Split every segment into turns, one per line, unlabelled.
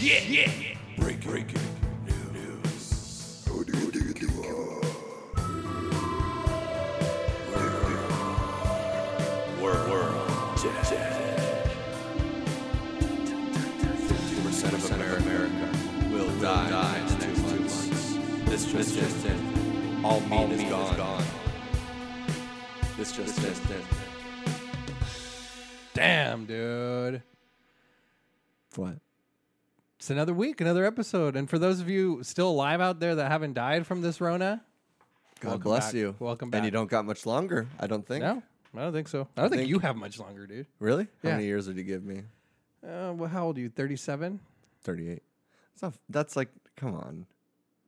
Yeah, yeah, yeah. Break, break it. News. World. World. Fifty percent of America will die in the next two months. This just just in. All meat is gone. This just just in.
Damn, dude.
What?
It's another week, another episode. And for those of you still alive out there that haven't died from this Rona,
God
Welcome
bless
back.
you.
Welcome
And you
back.
don't got much longer, I don't think.
no, I don't think so. I don't think,
think-
you have much longer, dude.
Really? How
Yeah.
many years would you give me?
Uh, well, how old are you? 37?
38. That's not, that's like, come on.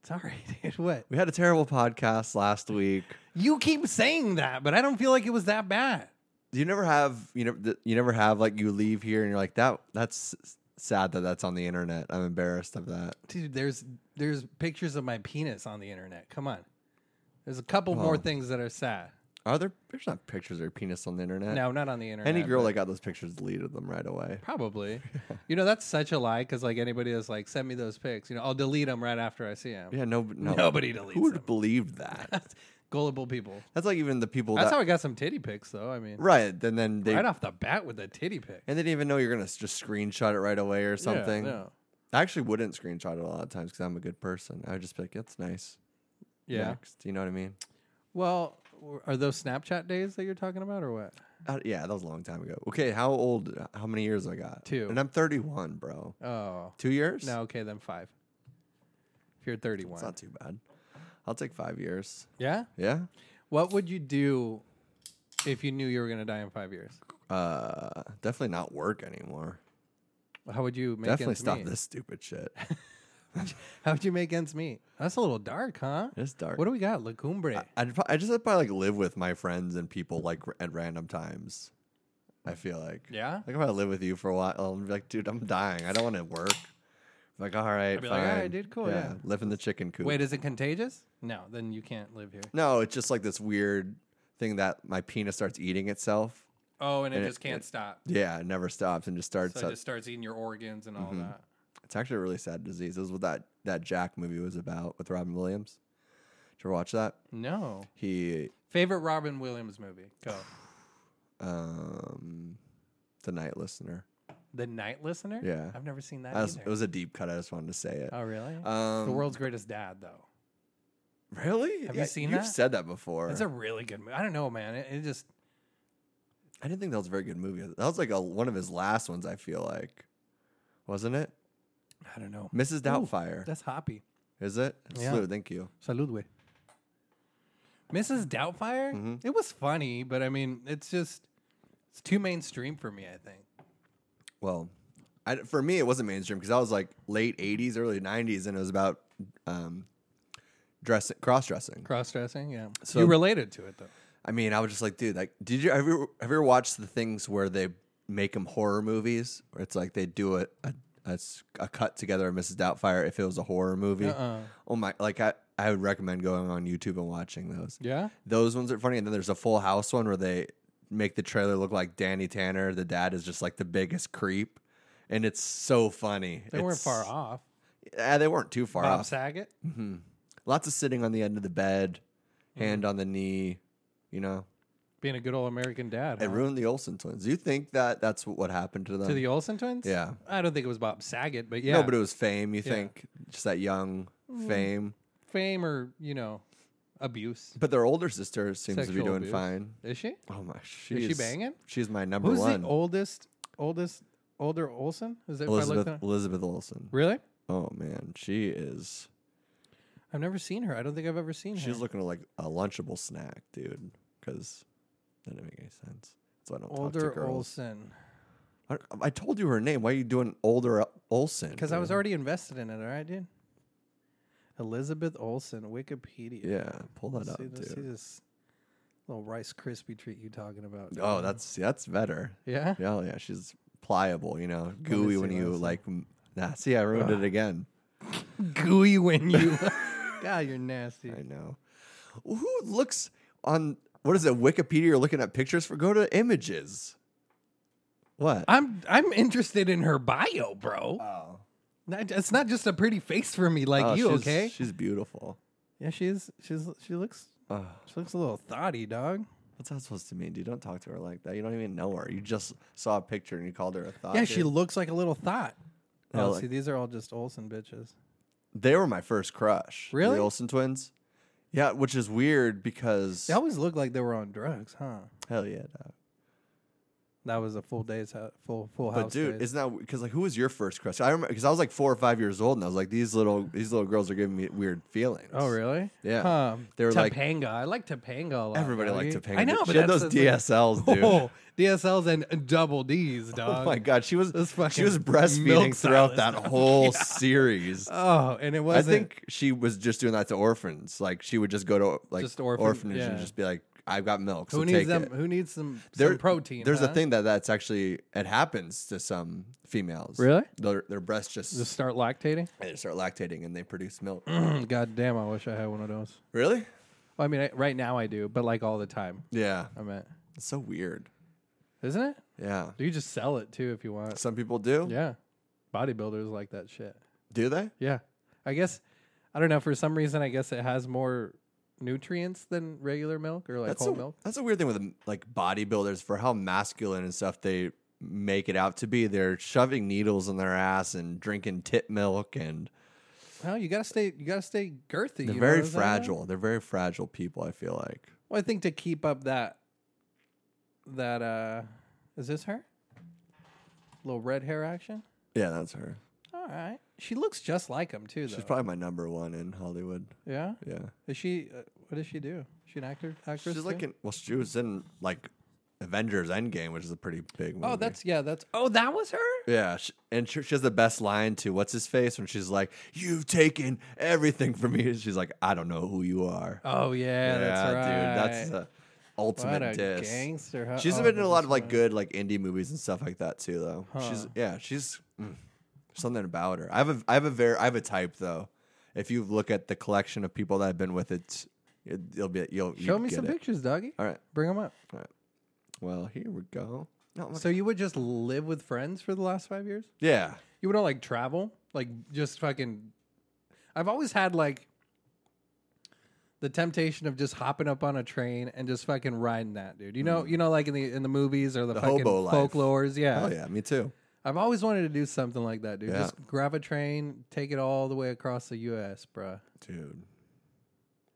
Sorry, dude. What?
We had a terrible podcast last week.
You keep saying that, but I don't feel like it was that bad.
Do you never have, you never, th- you never have like you leave here and you're like, that, that's s- sad that that's on the internet. I'm embarrassed of that.
Dude, there's there's pictures of my penis on the internet. Come on. There's a couple more
Well.
things that are sad.
Are there, there's not pictures of your penis on the internet.
No, not on the internet.
Any girl
but-
that got those pictures deleted them right away.
Probably. you know, that's such a lie because, like, anybody that's like, send me those pics, you know, I'll delete them right after I see them.
Yeah, no, no.
Nobody deletes
Who would
them.
have believed that?
Gullible people.
That's like even the people
That's
that,
how I got some titty pics, though. I mean,
right. And then they,
right off the bat with the titty pic.
and they didn't even know you're gonna s- just screenshot it right away or
Yeah,
something.
no.
I actually wouldn't screenshot it a lot of times because I'm a good person. I would just be like, "That's nice."
Yeah.
Next. You know what I mean?
Well, w- are those Snapchat days that you're talking about, or what?
Uh, yeah, that was a long time ago. Okay, how old? How many years I got?
Two.
And I'm 31, bro.
Oh,
Two years?
no. Okay, then five. If you're 31,
it's not too bad. I'll take five years.
yeah.
Yeah.
What would you do if you knew you were gonna die in five years?
Uh, definitely not work anymore.
How would you make
definitely
ends
stop
meet?
this stupid shit.
How would you make ends meet? That's a little dark, huh?
It's dark. Uh,
What do we got? La Cumbre.
I'd pro- I just have to like live with my friends and people like r- at random times. I feel like.
yeah.
Like if I live with you for a while, I'll be like, dude, I'm dying. I don't want to work. Like, all right,
be
fine.
like, all right, dude, cool, yeah."
live in the chicken coop.
Wait, is it contagious? No, then you can't live here.
no, it's just like this weird thing that my penis starts eating itself.
Oh, and it
And it-
just can't stop.
Yeah, it never stops and just starts. Mm-hmm.
So it just starts eating your organs and all that.
It's actually a really sad disease. This is what that that Jack movie was about with Robin Williams. Did you ever watch that?
No.
He,
Favorite Robin Williams movie? Go.
um, the Night Listener.
The Night Listener?
Yeah.
I've never seen that
I was-
either.
it was a deep cut. I just wanted to say it.
oh, really?
um,
the World's Greatest Dad, though.
Really?
Have you seen
You've
that?
said that before.
It's a really good movie. I don't know, man. It, it just,
I didn't think that was a very good movie. That was like a, one of his last ones. I feel like, wasn't it?
I don't know.
Mrs. Doubtfire.
That's hoppy.
is it?
Yeah.
Salute, thank you.
Salud, way. Mrs. Doubtfire?
Mm-hmm.
It was funny, but I mean, it's just, it's too mainstream for me, I think.
Well, I, for me, it wasn't mainstream because I was like late '80s, early '90s, and it was about um, dressing, cross-dressing.
Cross dressing, yeah.
So-
you related to it, though.
I mean, I was just like, dude, like, did you ever have you ever watched the things where they make them horror movies? Where it's like they do a a, a s- a cut together of Mrs. Doubtfire if it was a horror movie.
Uh-uh.
Oh my! Like I, I would recommend going on YouTube and watching those.
Yeah?
Those ones are funny. And then there's a Full House one where they make the trailer look like Danny Tanner. The dad is just like the biggest creep, and it's so funny.
They weren't
It's-
far off.
Yeah, they weren't too far
Bob
off.
Saget?
Lots of sitting on the end of the bed,
Mm-hmm.
hand on the knee. You know,
being a good old American dad.
it
huh?
ruined the Olsen twins. Do you think that that's what, what happened to them?
to the Olsen twins.
yeah.
I don't think it was Bob Saget, but yeah,
No, but it was fame. You
Yeah. Mm.
think just that young fame?
fame or you know, abuse.
But their older sister seems to be
Sexual
doing
abuse.
fine.
Is she?
Oh my, she's,
she banging?
She's my number
Who's
one.
the oldest? Oldest? Older Olsen? Is that if I looked
Elizabeth
at-
Elizabeth Olsen.
Really?
Oh man, she is.
I've never seen her. I don't think I've ever seen her.
She's looking like a lunchable snack, dude. Because that didn't make any sense. So I don't talk to
older
girls.
Olsen.
I, I told you her name. Why are you doing older Olsen?
Because I was
dude?
already invested in it. All right, dude. Elizabeth Olsen, Wikipedia.
Yeah, pull that
Let's
up,
see, let's see
dude.
this little Rice Krispie treat you talking about.
Oh, that's see, that's better.
yeah.
Yeah, oh, yeah. She's pliable. You know,
me
gooey
see
when
what
you
else.
like. m- Nah, see, I ruined it again.
Gooey when you. God, you're nasty.
I know. Who looks on what is it? Wikipedia? You're looking at pictures for. Go to images. What?
I'm I'm interested in her bio, bro.
oh,
Not, it's not just a pretty face for me like
Oh,
you,
she's-
okay?
She's beautiful.
yeah, she is. She's she looks
Ugh.
she looks a little thotty, dog.
what's that supposed to mean, dude? Don't talk to her like that. You don't even know her. You just saw a picture and you called her a thought.
yeah, she
dude.
looks like a little thought.
Yeah,
Oh,
like-
see, these are all just Olsen bitches.
They were my first crush.
Really?
The Olsen twins. Yeah, which is weird because
They always look like they were on drugs, huh?
hell yeah. dog.
That was a full day's hou- full full house.
But dude,
days.
isn't that because like who was your first crush? I remember because I was like four or five years old and I was like these little these little girls are giving me weird feelings.
oh really?
Yeah.
Huh.
They were like-
Topanga. I like Topanga a lot.
Everybody liked
doggy.
Topanga.
I know,
dude.
but
she had
that's-
those DSLs,
that's like-
dude.
Oh, DSLs and double D's, dog.
Oh my god, she was
Those
she was
fucking
breastfeeding
milk
throughout
solids,
that
dog.
whole series.
Oh, and it
I
wasn't.
think she was just doing that to orphans. Like she would just go to like
Just orphan-
orphanage and
yeah.
just be like, "I've got milk, so
who
take
needs them?
it."
Who needs some,
There-
some protein?
There's
huh?
a thing that that's actually it happens to some females.
Really?
Their their breasts just,
Just start lactating.
they start lactating and they produce milk.
God damn! I wish I had one of those.
really?
Well, I mean, I, right now I do, but like all the time.
Yeah.
I meant,
It's so weird.
isn't it?
Yeah.
You just sell it too if you want.
Some people do.
Yeah, bodybuilders like that shit.
Do they?
Yeah, I guess I don't know. For some reason, I guess it has more nutrients than regular milk or like
That's
whole
a,
milk.
that's a weird thing with like bodybuilders for how masculine and stuff they make it out to be. They're shoving needles in their ass and drinking tit milk and
Well, you gotta stay. You gotta stay girthy.
They're
you
very
know what I'm saying?
fragile. They're very fragile people. I feel like.
Well, I think to keep up that that uh is this her? Little red hair action?
Yeah, that's her.
All right. She looks just like him too though.
She's probably my number one in Hollywood.
yeah?
Yeah,
Is she uh, what does she do? Is she an actor actress?
she's like
too?
in. Well, she was in like Avengers Endgame, which is a pretty big movie.
Oh, that's yeah, that's Oh, that was her?
yeah. She, and she, she has the best line to what's his face when she's like, "You've taken everything from me." She's like, "I don't know who you are."
Oh yeah, that's right.
dude, that's the ultimate
what a
diss.
gangster. Huh?
She's
Oh,
been in a
this
lot
is
of like
funny.
good like indie movies and stuff like that too, though. She's yeah, she's mm, something about her. I have a I have a very I have a type though. If you look at the collection of people that I've been with, it's it, you'll be you'll
Show
you'd
me
get
some
it.
pictures, doggy.
All right,
Bring them up.
well here we go. No, my-
So you would just live with friends for the last 5 years?
yeah,
You wouldn't like travel, like just fucking. I've always had like the temptation of just hopping up on a train and just fucking riding that, dude. You know, you know, like in the in the movies or the,
Mm. The
fucking
hobo life.
folklores. Yeah.
oh yeah, me too.
I've always wanted to do something like that, dude.
Yeah.
Just grab a train, take it all the way across the U.S., bruh.
Dude,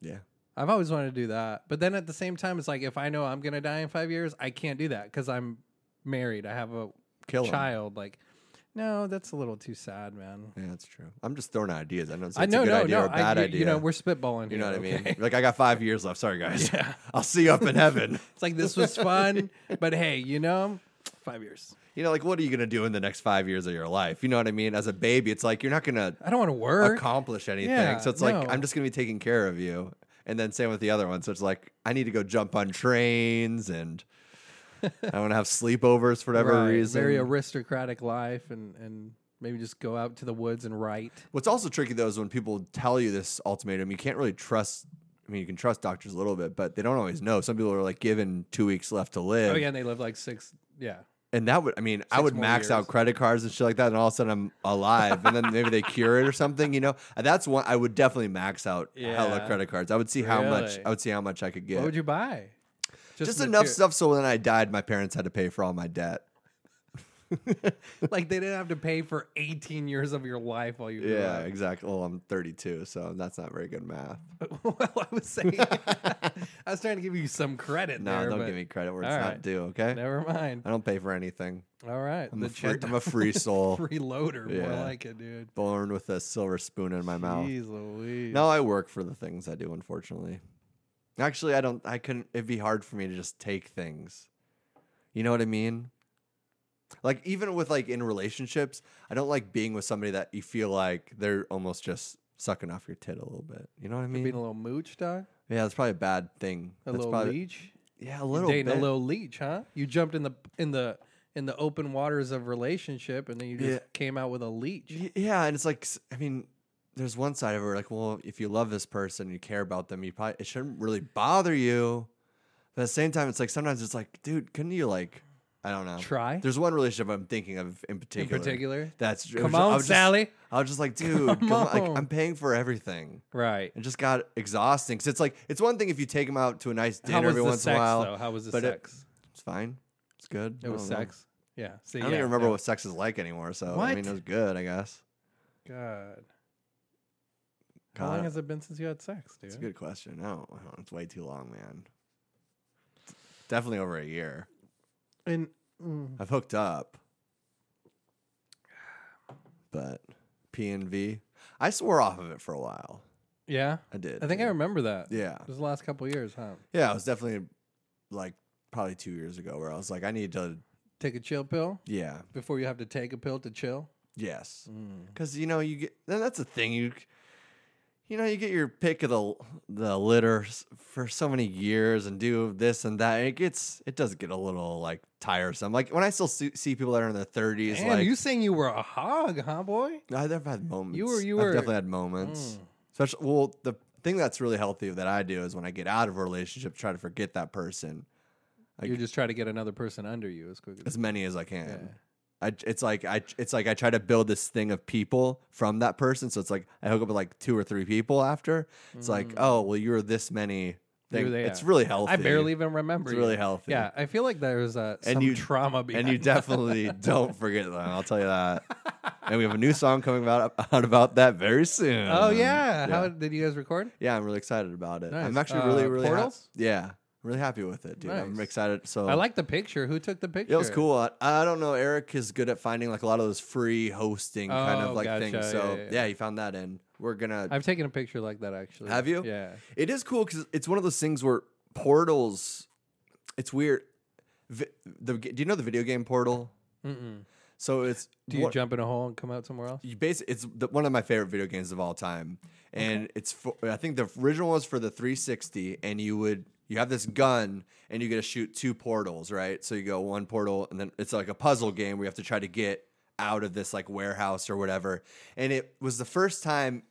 yeah,
I've always wanted to do that, but then at the same time, it's like if I know I'm gonna die in five years, I can't do that because I'm married. I have a
kill 'em.
child. Like, no, that's a little too sad, man.
Yeah, that's true. I'm just throwing ideas. I don't say
I
it's a
know,
good
no,
idea
no.
or a
I-
bad
you,
idea.
you know, we're spitballing.
You
here,
know what I mean?
okay?
Like I got five years left. Sorry guys.
Yeah.
I'll see you up in heaven.
It's like this was fun, but hey, you know, five years.
You know, like what are you gonna do in the next five years of your life? You know what I mean? As a baby, it's like you're not gonna
I don't want to work.
accomplish anything.
Yeah,
so it's
no.
like I'm just gonna be taking care of you. And then same with the other one. So it's like I need to go jump on trains and I want to have sleepovers for whatever
Right,
reason.
Very aristocratic life, and and maybe just go out to the woods and write.
What's also tricky though is when people tell you this ultimatum, you can't really trust. I mean, you can trust doctors a little bit, but they don't always know. Some people are like given two weeks left to live.
Oh yeah, and they live like six. Yeah,
And that would, I mean, I
Six
would
more
max out
years.
credit cards and shit like that, and all of a sudden I'm alive. and then maybe they cure it or something, you know. And that's one I would definitely max out hella
Yeah.
credit cards. I would see how much
Really?
I would see how much I could
what
get.
would you buy?
Just
mater-
enough stuff so when I died, my parents had to pay for all my debt.
Like they didn't have to pay for eighteen years of your life while you. were
Yeah,
alive.
exactly. Well, I'm 32, so that's not very good math.
well, I was saying, I was trying to give you some credit.
No,
there,
don't
but
give me credit where it's
all
not
right.
due. Okay,
Never mind.
I don't pay for anything.
All right,
I'm,
the
a free,
check
I'm a free soul,
freeloader, more
Yeah.
like it, dude.
born with a silver spoon in my mouth.
Jeez Louise.
No, I work for the things I do, unfortunately. Actually, I don't. I couldn't. It'd be hard for me to just take things. You know what I mean? Like even with like in relationships, I don't like being with somebody that you feel like they're almost just sucking off your tit a little bit. You know what I mean?
being a little mooch, dog.
yeah, that's probably a bad thing.
A
That's
little
probably,
leech.
Yeah, a little
Dating
bit.
a little leech, huh? You jumped in the in the in the open waters of relationship, and then you just
Yeah.
came out with a leech.
Y- Yeah, and it's like s- I mean, there's one side of it where like, well, if you love this person, you care about them, you probably it shouldn't really bother you. But at the same time, it's like sometimes it's like, dude, couldn't you like I don't know.
Try?
There's one relationship I'm thinking of in
in
particular.
particular.
That's it
Come
was- I
on,
was just-
Sally.
I was just like, dude,
Come
come on, like,
on.
I'm paying for everything.
Right.
It just got exhausting because it's like it's one thing if you take them out to a nice
How
dinner
was
every
the
once
sex
in a while.
though? How was the
but it-
sex?
It's fine. It's good.
It,
I
was
don't know.
sex. Yeah. See,
I don't
yeah,
even remember
yeah.
what sex is like anymore. So I
What?
mean, it was good, I guess.
God. How
God,
long has it been since you had sex, dude?
It's a good question. No, no, it's way too long, man. Definitely over a year.
And mm,
I've hooked up, but P and V. I swore off of it for a while.
yeah,
I did.
I think I
dude.
remember that.
Yeah,
It was the last couple years, huh?
yeah. It was definitely like probably two years ago where I was like, I need to.
Take a chill pill
Yeah.
before you have to take a pill to chill.
Yes.
Mm.
Because you know you get then that's the thing you you know you get your pick of the the litter s- for so many years and do this and that. It gets it does get a little like tiresome. Like when I still see, see people that are in their thirties,
Damn,
like
you saying you were a hog, huh, boy?
I've had moments.
You were- you
I've
were- Mm.
definitely had moments. Especially well, the thing that's really healthy that I do is when I get out of a relationship, try to forget that person Like-
You're just trying to get another person under you as quick as
as many as I can.
Yeah.
I, it's like I it's like I try to build this thing of people from that person. So it's like I hook up with like two or three people after. It's like oh well you're this many.
Mm. You're
Thing.
there.
It's really healthy.
I barely even remember.
It's really
you.
healthy.
Yeah, I feel like there was uh, some
And you-
trauma behind
and you
that.
definitely don't forget them. I'll tell you that. and we have a new song coming out, out about that very soon.
Oh
yeah.
yeah. how did you guys record?
Yeah, I'm really excited about it. I'm
Nice.
actually really
Uh,
really hap-
Portals?
yeah, I'm really happy with it, dude. I'm
Nice.
excited. So
I like the picture. Who took the picture?
Oh. It was cool. I, I don't know. Eric is good at finding like a lot of those free hosting kind
Oh,
of like things.
gotcha.
So
Yeah, yeah,
yeah,
yeah.
he found that in. We're gonna.
I've taken a picture like that actually.
Have you?
Yeah.
It is cool because it's one of those things where portals. It's weird. Vi- the, do you know the video game portal?
Mm-mm.
So it's
Do you
what-
jump in a hole and come out somewhere else?
you basi- it's the, one of my favorite video games of all time, and it's for, I think the original was for the 360, and you would you have this gun and you get to shoot two portals, right? So you go one portal, and then it's like a puzzle game where you have to try to get out of this like warehouse or whatever. And it was the first time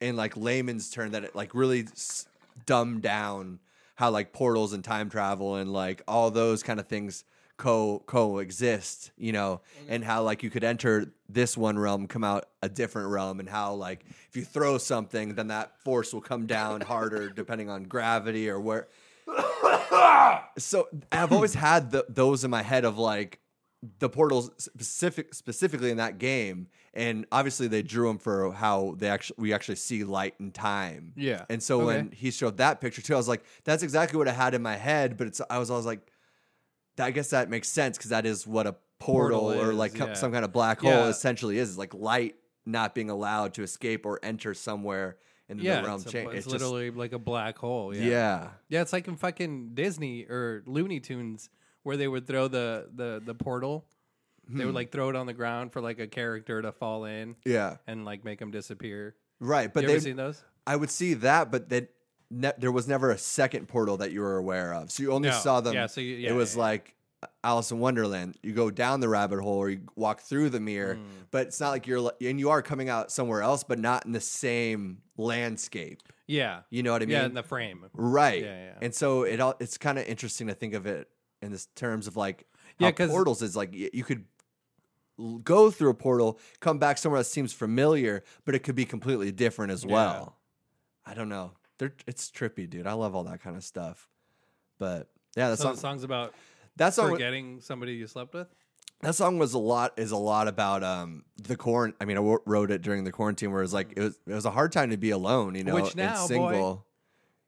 in like layman's turn that it like really s- dumbed down how like portals and time travel and like all those kind of things co coexist, you know, and how like you could enter this one realm, come out a different realm, and how like if you throw something, then that force will come down harder depending on gravity or where. so I've always had the, those in my head of like the portals specific specifically in that game, and obviously they drew them for how they actually we actually see light and time.
Yeah.
and so
Okay.
when he showed that picture too, I was like, that's exactly what I had in my head. But it's I was always like, that- I guess that makes sense because that is what a portal,
Portal
or
is,
like co-
yeah.
some kind of black hole
Yeah.
essentially is. It's like light not being allowed to escape or enter somewhere in
Yeah,
the realm.
it's, a-
cha-
it's
just-
literally like a black hole. Yeah.
yeah.
Yeah, it's like in fucking Disney or Looney Tunes where they would throw the the the portal. They
Hmm.
would like throw it on the ground for like a character to fall in
yeah,
and like make them disappear.
right. But
you ever
they,
seen those?
I would see that, but that ne- there was never a second portal that you were aware of. So you only
No.
saw them.
Yeah, so you- yeah,
it was
yeah, yeah.
like uh, Alice in Wonderland. You go down the rabbit hole, or you walk through the mirror,
Mm.
but it's not like you're li- and you are coming out somewhere else, but not in the same landscape.
Yeah.
You know what I mean?
yeah, in the frame.
Right.
Yeah, yeah.
And so it all it's kind of interesting to think of it in this terms of like
Yeah,
how
'cause-
portals is like y- you could l- go through a portal, come back somewhere that seems familiar, but it could be completely different as
Yeah.
well. I don't know. They're, it's trippy, dude. I love all that kind of stuff. But yeah, that
so
song,
the song's about
that song wa-
forgetting somebody you slept with.
that song was a lot is a lot about um the quarant. I mean, I wo- wrote it during the quarantine where it was like it was it was a hard time to be alone, you know,
Mm. Which now, boy,
and single.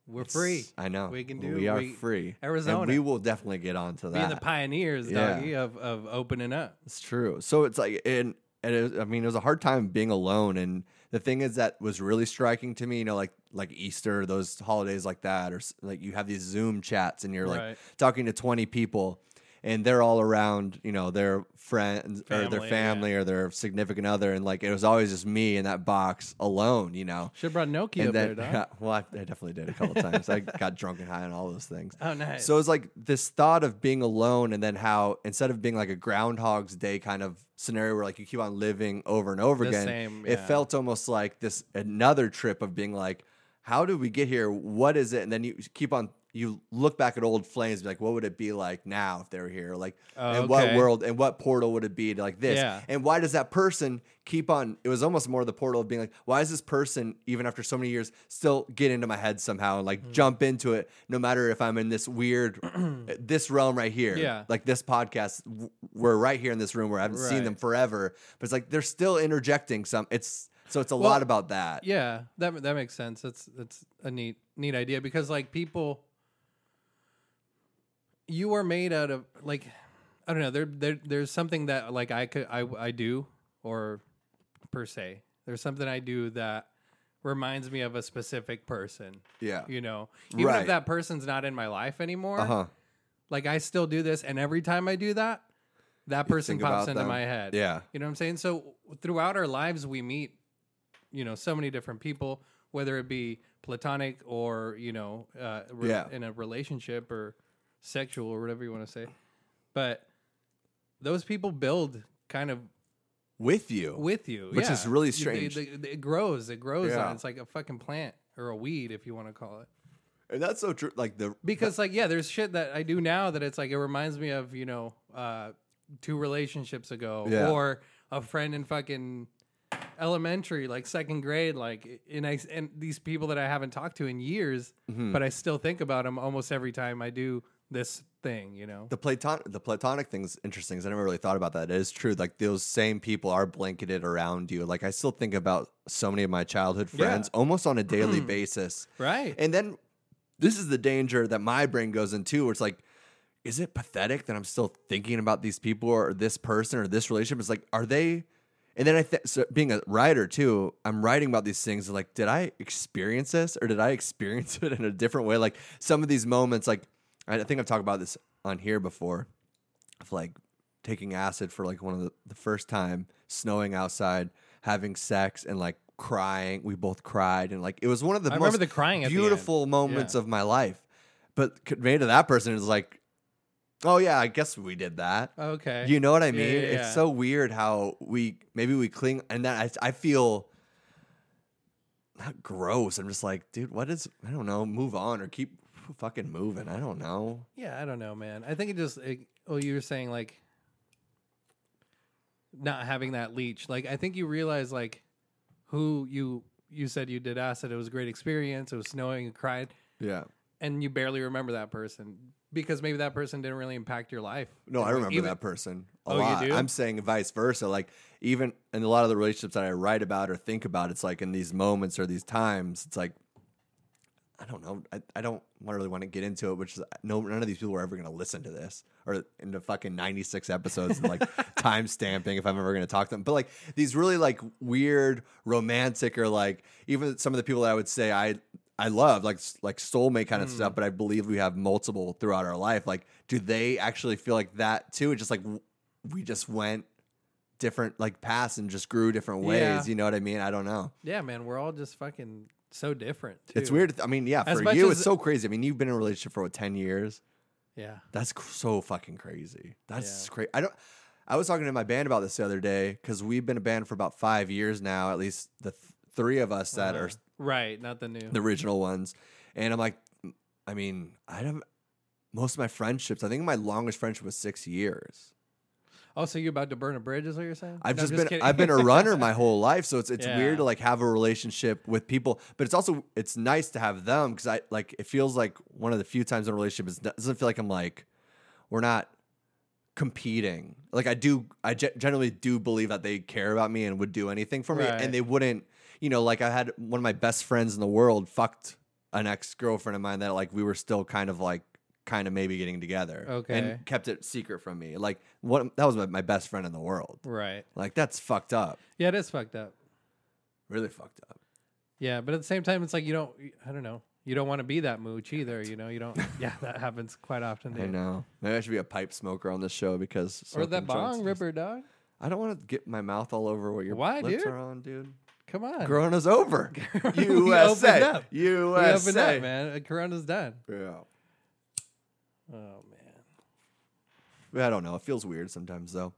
We're free.
I know.
We can do-
We are
we-
free.
Arizona.
And we will definitely get onto
Being the
that.
pioneers,
Yeah.
doggy, of, of opening up.
it's true. So it's like, and, and it was, I mean, it was a hard time being alone. And the thing is that was really striking to me, you know, like like Easter, those holidays like that, or s- like you have these Zoom chats and you're
Right.
like talking to 20 people and they're all around, you know, their friends or
Family,
their
yeah.
family or their significant other. And like, it was always just me in that box alone, you know.
Should have brought Nokia up
and
there,
then,
dog.
well, I, I definitely did a couple times. I got drunk and high on all those things.
Oh, nice.
So it's like this thought of being alone, and then how instead of being like a Groundhog's Day kind of scenario where like you keep on living over and over
The
again,
same,
it
yeah.
felt almost like this another trip of being like, how did we get here? What is it? And then you keep on you look back at old flames, and be like, what would it be like now if they were here? Like,
Oh,
in what
okay.
world and what portal would it be to like this?
Yeah.
And why does that person keep on? It was almost more the portal of being like, why is this person even after so many years still get into my head somehow and
Mm-hmm.
like jump into it? No matter if I'm in this weird, this realm right here,
Yeah.
Like this podcast, w- we're right here in this room where I haven't seen
Right.
them forever, but it's like they're still interjecting some. It's so it's a
Well,
lot about that.
Yeah, that that makes sense. That's that's a neat neat idea because like people, you are made out of like, I don't know. There there there's something that like I could I I do or per se. There's something I do that reminds me of a specific person.
Yeah.
You know, even
Right.
if that person's not in my life anymore,
Uh huh.
like I still do this, and every time I do that, that person
think
pops
about
into
them.
my head.
Yeah.
You know what I'm saying? So throughout our lives, we meet, you know, so many different people, whether it be platonic or you know, uh, re-
Yeah.
in a relationship or sexual or whatever you want to say. But those people build kind of
With you.
with you,
Which
yeah.
is really
You- they-
strange.
they- it grows, it grows.
Yeah.
On. It's like a fucking plant or a weed, if you want to call it.
and that's so true. Like the
Because like yeah, there's shit that I do now that it's like it reminds me of you know uh, two relationships ago
Yeah.
or a friend in fucking elementary like second grade like and I and these people that I haven't talked to in years,
Mm-hmm.
but I still think about them almost every time I do this thing. You know,
the platonic the platonic thing's interesting 'cause I never really thought about that. It is true. Like those same people are blanketed around you. Like I still think about so many of my childhood friends almost on a daily basis.
right?
And then this is the danger that my brain goes into where it's like, is it pathetic that I'm still thinking about these people or this person or this relationship? It's like, are they? And then I think, so being a writer too, I'm writing about these things. Like, did I experience this or did I experience it in a different way? Like, some of these moments, like, I I think I've talked about this on here before of like taking acid for like one of the, the first time, snowing outside, having sex, and like crying. We both cried, and like it was one of the
I
most
remember the crying at the end.
beautiful moments
Yeah.
of my life. But conveyed to that person is like, oh yeah, I guess we did that.
okay,
You know what I mean?
Yeah, yeah, yeah.
It's so weird how we maybe we cling, and that I, I feel not gross. I'm just like, dude, what is? I don't know. Move on or keep fucking moving. I don't know.
Yeah, I don't know, man. I think it just. It, oh, you were saying like not having that leech. Like I think you realize like who you you said you did acid. It was a great experience. It was snowing and cried,
Yeah.
and you barely remember that person because maybe that person didn't really impact your life.
No, I
Like,
remember
even-
that person a
Oh, you
lot.
do?
I'm saying vice versa. Like even in a lot of the relationships that I write about or think about, it's like in these moments or these times, it's like I don't know. I, I don't wanna really want to get into it, which is no none of these people are ever gonna listen to this or into fucking 96 episodes and like time stamping if I'm ever gonna talk to them. But like these really like weird romantic or like even some of the people that I would say I I love like like soulmate kind of stuff, but I believe we have multiple throughout our life. Like, do they actually feel like that too? It's just like w- we just went different like paths and just grew different ways.
Yeah.
You know what I mean? I don't know.
Yeah, man. We're all just fucking so different.
It's
too.
weird. I mean, yeah,
As
for
much
you,
as-
it's so crazy. I mean, you've been in a relationship for what, 10 years.
Yeah.
That's cr- so fucking crazy. That's
Yeah.
crazy. I don't. I was talking to my band about this the other day because we've been a band for about five years now, at least the th- three of us that
Uh-huh.
are
Right. Not the new.
the original ones. And I'm like, I mean, I don't. Most of my friendships, I think my longest friendship was six years.
also, you about to burn a bridge? Is what you're saying?
I've
No, I'm
just been
kidding.
I've been a runner my whole life, so it's it's
Yeah.
weird to like have a relationship with people, but it's also it's nice to have them because I like it feels like one of the few times in a relationship is, it doesn't feel like I'm like we're not competing. Like I do, I ge- generally do believe that they care about me and would do anything for me,
Right.
and they wouldn't. You know, like I had one of my best friends in the world fucked an ex girlfriend of mine that like we were still kind of like kind of maybe getting together,
Okay.
and kept it secret from me. Like what that was my, my best friend in the world.
right.
Like that's fucked up.
Yeah, it is fucked up.
Really fucked up.
Yeah, but at the same time, it's like you don't. I don't know. You don't want to be that mooch either. You know. You don't. yeah, that happens quite often.
I
dude.
know. Maybe I should be a pipe smoker on this show because
Or
smoking
that
joints
bong
is-
ripper dog.
I don't want to get my mouth all over what your
Why,
lips
dude?
are on, dude.
Come on.
Corona's over.
opened
USA.
up. we
USA.
opened up, man. Uh, Corona's done.
Yeah.
Oh man.
I don't know. It feels weird sometimes though.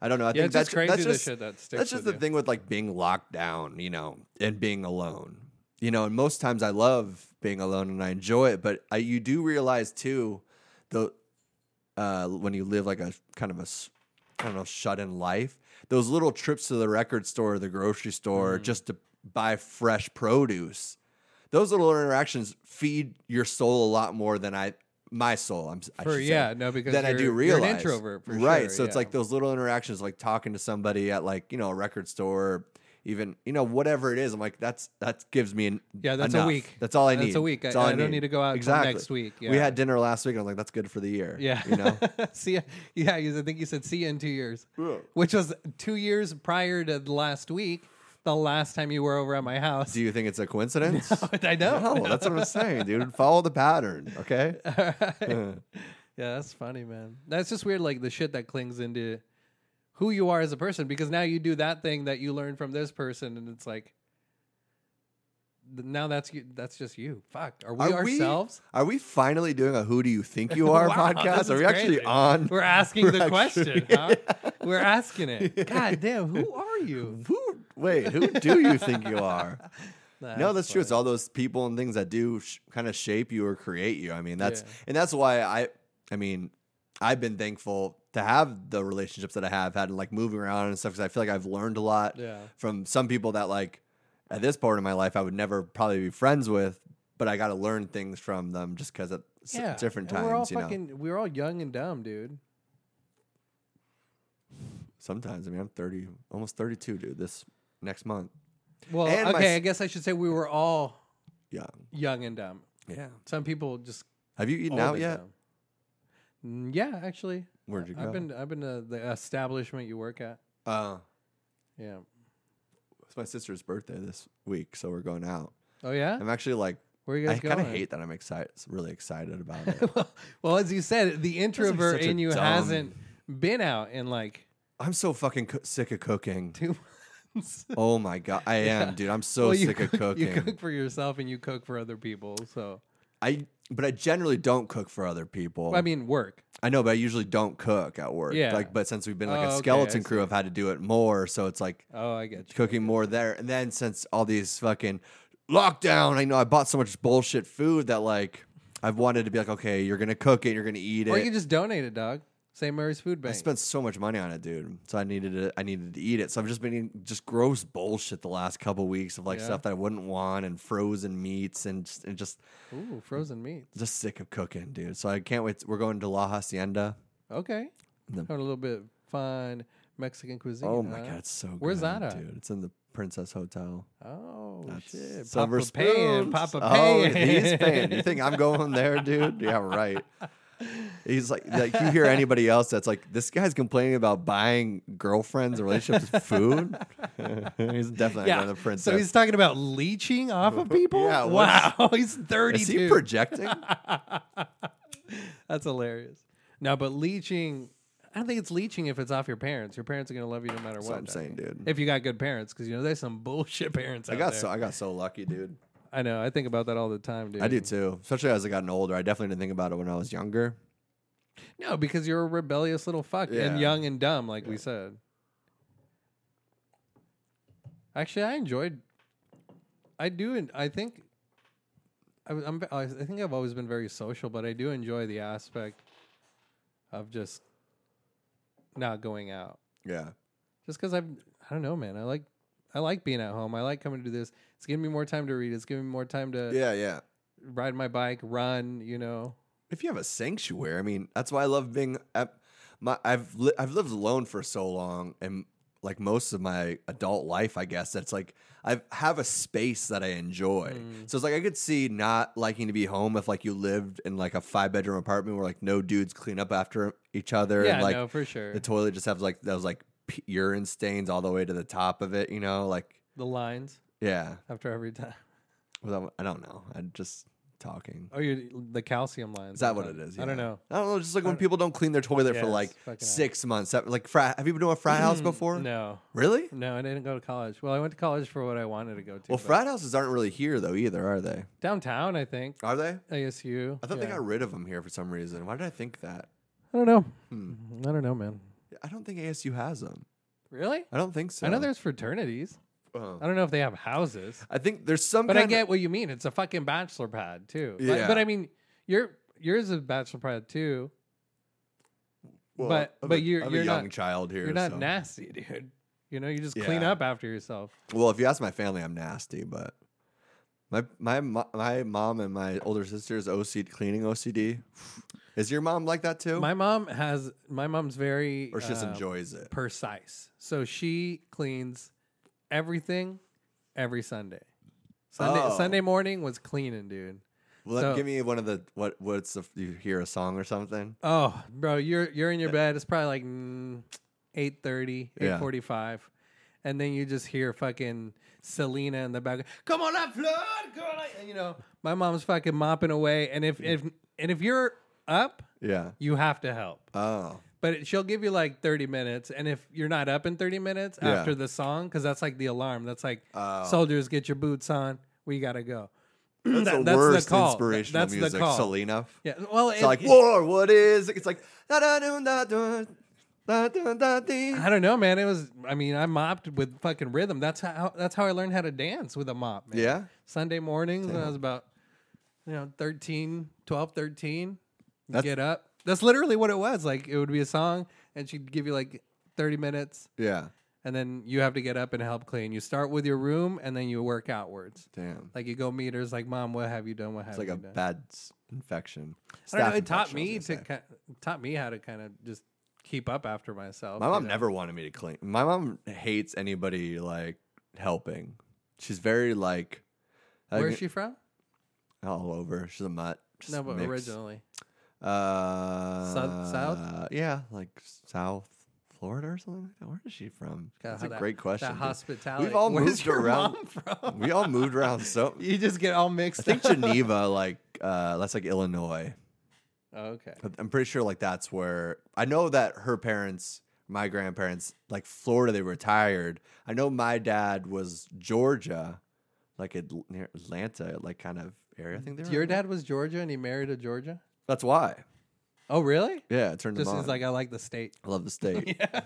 I don't know. I
Yeah,
think
it's
that's
just crazy
that's
the
just
shit that sticks
that's just
with
the
you.
thing with like being locked down, you know, and being alone. you know, and most times I love being alone and I enjoy it, but I, you do realize too, the uh, when you live like a kind of a, s- I don't know, shut in life, those little trips to the record store, or the grocery
Mm-hmm.
store, just to buy fresh produce, those little interactions feed your soul a lot more than I my soul. I'm I
For-
should say,
yeah, no, because
than I do
you're- you're
realize
an introvert, for
right?
sure,
so it's
yeah.
like those little interactions, like talking to somebody at like you know a record store. Or, even you know whatever it is, I'm like that's that gives me an,
Yeah, that's a
enough.
week.
That's all I
That's
need.
a week. I- I don't need to go out till
exactly
next week,
We
yeah.
had dinner last week, and I'm like that's good for the year.
Yeah.
you know.
see, ya- yeah. you- I think you said see you in two years, which was two years prior to the last week, the last time you were over at my house.
Do you think it's a coincidence?
I know.
No, that's what I'm saying, dude. Follow the pattern, okay? Hmm. Uh,
Yeah, that's funny, man. That's just weird, like the shit that clings into who you are as a person, because now you do that thing that you learned from this person, and it's like th- now that's you, that's just you. Fuck, are we ourselves?
We, are we finally doing a "Who do you think you are"
Wow, this
podcast? Are
is
we actually
crazy.
on?
We're asking
We're
the
actually-
question. Huh? We're asking it. God damn, who are you?
Who, wait, who do you think you are? no, that's true. It's
funny.
all those people and things that do sh- kind of shape you or create you. I mean, that's
Yeah.
and that's why I, I mean, I've been thankful to have the relationships that I have had, and like moving around and stuff, because I feel like I've learned a lot
Yeah.
from some people that like at this part of my life I would never probably be friends with, but I got to learn things from them just because at s- different
and
times,
We're all
you know.
fucking. We're all young and dumb, dude.
Sometimes I mean, I'm thirty, almost thirty-two, dude. This next month,
Well,
And my
okay,
s-
I guess I should say we were all
yeah,
young and dumb.
yeah.
Some people just
Have you eaten
old
out
and
yet?
dumb. Mm, Yeah, actually,
Where'd you go?
I've been I've been to the establishment you work at.
Uh,
Yeah.
it's my sister's birthday this week, so we're going out.
Oh yeah.
I'm actually like,
Where you
I
guys going?
kind of hate that I'm excited, really excited about it.
well, as you said, the introvert
such a
in you
dumb-
hasn't been out in like
I'm so fucking co- sick of cooking.
two months.
Oh my god, I am,
Yeah.
dude. I'm so
Well, you
sick of
cook-
cooking.
You cook for yourself and you cook for other people. So
I, but I generally don't cook for other people.
I mean, work.
I know, but I usually don't cook at work.
Yeah.
Like, but since we've been like
Oh,
a
okay,
skeleton
I
crew, I've had to do it more. So it's like
Oh, I get you.
cooking more there. And then since all these fucking lockdown, I know I bought so much bullshit food that like I've wanted to be like, okay, you're gonna cook it, you're gonna eat
Or
it.
you can just donate it, dog. St. Mary's Food
I
Bank.
spent so much money on it, dude. So I needed to, I needed to eat it. So I've just been eating just gross bullshit the last couple weeks of like
Yeah.
stuff that I wouldn't want and frozen meats and just, and just
Ooh, frozen meat.
just sick of cooking, dude. So I can't wait. We're going to La Hacienda.
Okay.
The-
Having a little bit of fine Mexican cuisine.
Oh my
huh?
god, it's so good.
Where's that at?
dude? It's in the Princess Hotel.
Oh
That's
shit.
Silver
Papa paying.
Spoons.
Papa
Oh,
paying.
he's paying. You think I'm going there, dude? Yeah, right. He's like, like you hear anybody else that's like, this guy's complaining about buying girlfriends and relationships food. he's definitely
yeah.
another princess.
So he's talking about leeching off of people.
Yeah, what's-
Wow. He's thirty-two.
Is he projecting?
That's hilarious. No, but leeching. I don't think it's leeching if it's off your parents. Your parents are gonna love you no matter
That's
what.
what I'm
I
saying,
think.
dude.
If you got good parents, because you know there's some bullshit parents.
I
out
got
there.
so I got so lucky, dude.
I know. I think about that all the time, dude.
I do too. Especially as I gotten older. I definitely didn't think about it when I was younger.
No, because you're a rebellious little fuck
Yeah.
and young and dumb, like we said. Actually, I enjoyed. I do, and I think. I, was- I'm, I think I've always been very social, but I do enjoy the aspect of just not going out.
Yeah.
Just because I've, I don't know, man. I like, I like being at home. I like coming to this. It's giving me more time to read. It's giving me more time to
Yeah, yeah.
ride my bike, run. You know,
if you have a sanctuary, I mean, that's why I love being at my. I've li- I've lived alone for so long, and like most of my adult life, I guess that's like I have a space that I enjoy.
Mm.
So it's like I could see not liking to be home if like you lived in like a five bedroom apartment where like no dudes clean up after each other,
yeah,
and like
no, for sure.
the toilet just has like those like p- urine stains all the way to the top of it. You know, like
the lines
yeah.
after every time.
Well, I don't know. I'm just talking.
Oh, you the calcium lines.
Is that what it is?
I don't
Yeah.
know.
I don't know. Just like when people don't clean their toilet
Yeah,
for
it's
like
fucking Mm,
six months. That- Like frat. Have you been to a frat house before?
Hmm. No,
Really?
no, I didn't go to college. Well, I went to college for what I wanted to go to.
Well,
but-
frat houses aren't really here though either, are they?
downtown, I think
Are they?
ASU.
I thought they
yeah.
got rid of them here for some reason. Why did I think that?
I don't know.
Hmm.
I don't know, man.
I don't think ASU has them.
Really?
I don't think so.
I know there's fraternities.
Uh-huh.
I don't know if they have houses,
I think there's some.
but I
kind
get what you mean. It's a fucking bachelor pad too. Like,
Yeah.
but I mean, your yours is a bachelor pad too.
well,
but-
of
but
a,
you're-
of
you're
a young
not-
child here.
You're not
so-
nasty, dude. You know, you just clean
Yeah.
up after yourself.
Well, if you ask my family, I'm nasty, but my my mo- my mom and my older sister's OC cleaning OCD. Is your mom like that too,
My mom has my mom's very
or she just
uh,
enjoys it?
precise. So she cleans everything every Sunday. Sunday
Oh.
Sunday morning was cleaning, dude.
Well,
so-
give me one of the what what's the you hear a song or something?
Oh, bro, you're you're in your bed. It's probably like mm, 8.30,
Yeah.
8.45. And then you just hear fucking Selena in the background. Come on up, Flood. Come on up. And, You know, my mom's fucking mopping away. And if, if and if you're up,
Yeah.
you have to help.
Oh,
But it, she'll give you like 30 minutes. And if you're not up in 30 minutes
Yeah.
after the song, because that's like the alarm. That's like,
Oh.
soldiers, get your boots on. We got to go.
that's
That-
the
that's the
worst
call. That-
inspirational
that's the
music,
call.
Selena.
Yeah. Well,
It's
it-
like
it-
war. What is? It's like da da dun da dun da dun da dee.
I don't know, man. It was. I mean, I mopped with fucking rhythm. That's how. That's how I learned how to dance with a mop. Man.
Yeah?
Sunday mornings when I was about, you know, 13, 12, 13.
That's-
get up. That's literally what it was. Like it would be a song, and she'd give you like thirty minutes,
Yeah.
and then you have to get up and help clean. You start with your room, and then you work outwards.
Damn.
Like you go meters. Like, mom, what have you done? What have
It's like
you
a
done?
bad s- infection.
I don't
Staph
know. It
infection,
taught
I was
me to
gonna say.
kind taught me how to kind of just keep up after myself.
My
you
mom
know?
never wanted me to clean. My mom hates anybody like helping. She's very like, I
Where's
get-
she from?
all over. She's a mutt. Just
No, but
mix.
originally.
Uh,
South?
Yeah, like South Florida or something like that. Where is she from?
God,
That's
how
a
that-
great question.
That
dude.
hospitality.
We've all
Where's
moved
your
around.
mom from?
we all moved around. So
you just get all mixed
I think
up.
Geneva, like uh, that's like Illinois.
Oh, okay.
But I'm pretty sure like that's where I know that her parents, my grandparents, like Florida, they retired. I know my dad was Georgia, like at, near Atlanta, like kind of area. I think they were.
Your
in.
dad was Georgia and he married a Georgia?
That's why.
Oh, really?
Yeah, it turned
Just
them
is
on.
like, I like the state.
I love the state.
Yeah.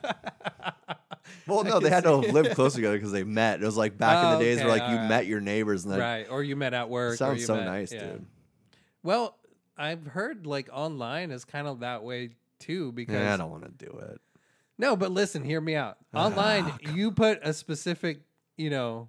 Well, no, they had to have lived close together because they met. It was like back in
Oh,
the days where
okay,
like you
alright.
met your neighbors and like
right. Or you met at work. or
sounds
you
so
met-
nice,
yeah.
dude.
Well, I've heard like online is kind of that way too because
Yeah, I don't Ah, want to do it.
No, but listen, hear me out. Online, you put a specific, you know,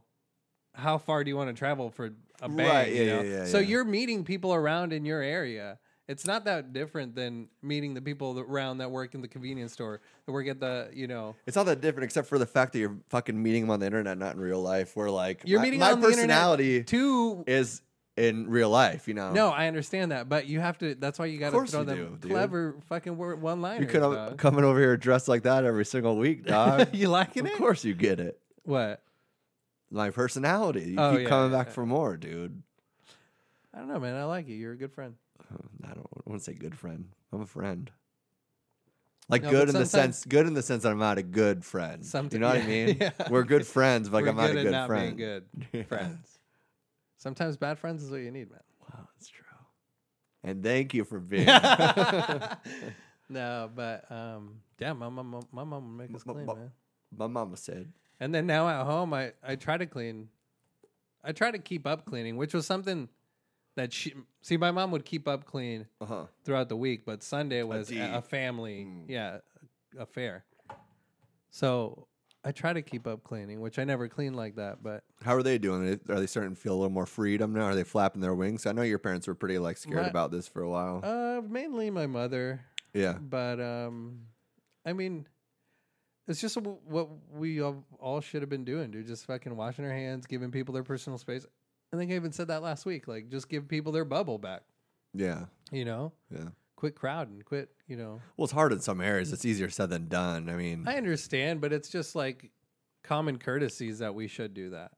how far do you want to travel for a bang?
Right, yeah,
you know?
yeah, yeah,
so
yeah.
you're meeting people around in your area. It's not that different than meeting the people that- around that work in the convenience store, that work at the, you know.
It's not that different, except for the fact that you're fucking meeting them on the internet, not in real life. Where like
You're
my,
meeting
my
on the internet
personality
Two.
is in real life. You know,
No, I understand that, but you have to. That's why you got to
course
throw
you
them
do, dude.
clever fucking word one
you
liners.
could have coming over here dressed like that every single week, dog.
you liking
of
it?
course, you get it.
What?
My personality. You
Oh,
keep
yeah,
coming
yeah,
back
yeah.
for more, dude.
I don't know, man. I like you. You're a good friend.
I don't want to say good friend. I'm a friend. Like
No, but
good in the
sometimes-
sense, good in the sense that I'm not a good friend.
Somet-
you know what I
yeah,
mean?
yeah.
We're good friends, but like
We're
I'm not
good
a
at
good
not
friend.
being
Yeah.
good friends. Sometimes bad friends is what you need, man.
Wow, that's true. And thank you for being.
no, but um, yeah, my mom, my mom would make us
M-
clean,
m-
man.
My mama said,
And then now at home, I I try to clean, I try to keep up cleaning, which was something that she see my mom would keep up clean
"Uh huh."
throughout the week, but Sunday was a,
deed.
a family,
Mm.
yeah, affair. So I try to keep up cleaning, which I never clean like that, but
How are they doing? Are they- Are they starting to feel a little more freedom now? Are they flapping their wings? I know your parents were pretty like scared
My-
about this for a while.
uh, mainly my mother
yeah,
but um i mean it's just w- what we all, all should have been doing dude just fucking washing our hands giving people their personal space i think i even said that last week like just give people their bubble back
yeah,
you know
yeah.
quit crowding quit you know
Well, it's hard in some areas. It's easier said than done. I mean,
i understand but it's just like common courtesies that we should do that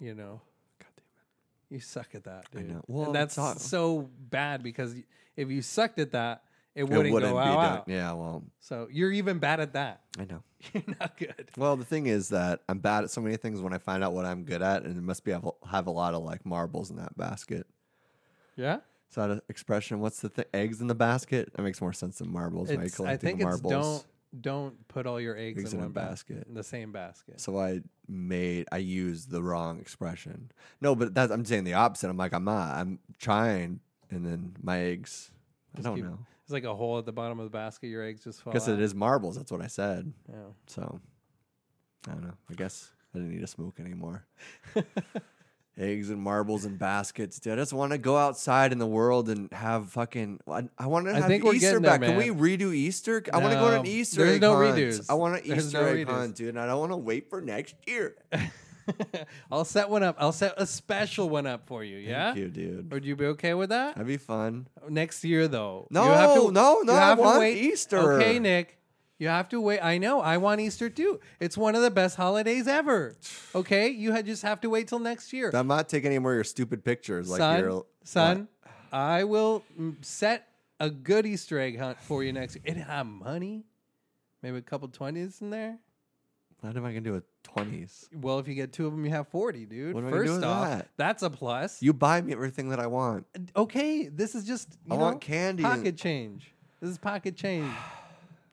you know
God damn
you suck at that dude
know. Well,
and that's
it's not-
so bad because if you sucked at that it
it
wouldn't,
wouldn't
go
be
out,
done.
out.
Yeah, well,
so you're even bad at that
I know.
you're not good
Well, the thing is that I'm bad at so many things. When I find out what I'm good at, and it must be I have a- have a lot of like marbles in that basket.
yeah
Is that an expression? What's the th- eggs in the basket? That makes more sense than marbles. Why you
It's- I
collecting
think it's
marbles?
don't don't put all your eggs,
Eggs
in,
in a
one basket.
basket.
in the same basket.
So I made I used the wrong expression. No, but that's I'm saying the opposite. I'm like I'm not. I'm trying, and then my eggs. I
Just
don't
keep-
know.
It's like a hole at the bottom of the basket. Your eggs just fall.
I guess
out.
it is marbles. That's what I said.
Yeah.
So I don't know. I guess I didn't need to smoke anymore. Eggs and marbles and baskets, dude. I just want to go outside in the world and have fucking. I, I want to
I
have
think we're
Easter
getting there,
back. Can we
man.
redo Easter? I want to go on an
No.
Easter
There's
egg
no
hunt.
redos.
I want an
There's
Easter
no
egg
redos.
hunt, dude. And I don't want to wait for next year.
I'll set one up. I'll set a special one up for you. Yeah.
Thank you, dude.
Would you be okay with that?
That'd be fun.
Next year, though.
No,
you have to,
no, no,
You
I
have
want
to wait.
Easter.
Okay, Nick. You have to wait. I know. I want Easter too. It's one of the best holidays ever. Okay, you had just have to wait till next year.
I'm not taking any more of your stupid pictures. Like
son,
your
son, I will mm, set a good Easter egg hunt for you next year. It have money, maybe a couple twenties in there.
What am I gonna do with twenties?
Well, if you get two of them, you have forty, dude.
What am I gonna do
First
with
off,
that?
that's a plus.
You buy me everything that I want.
okay, this is just you
I
know,
want candy and-
Pocket change. This is pocket change.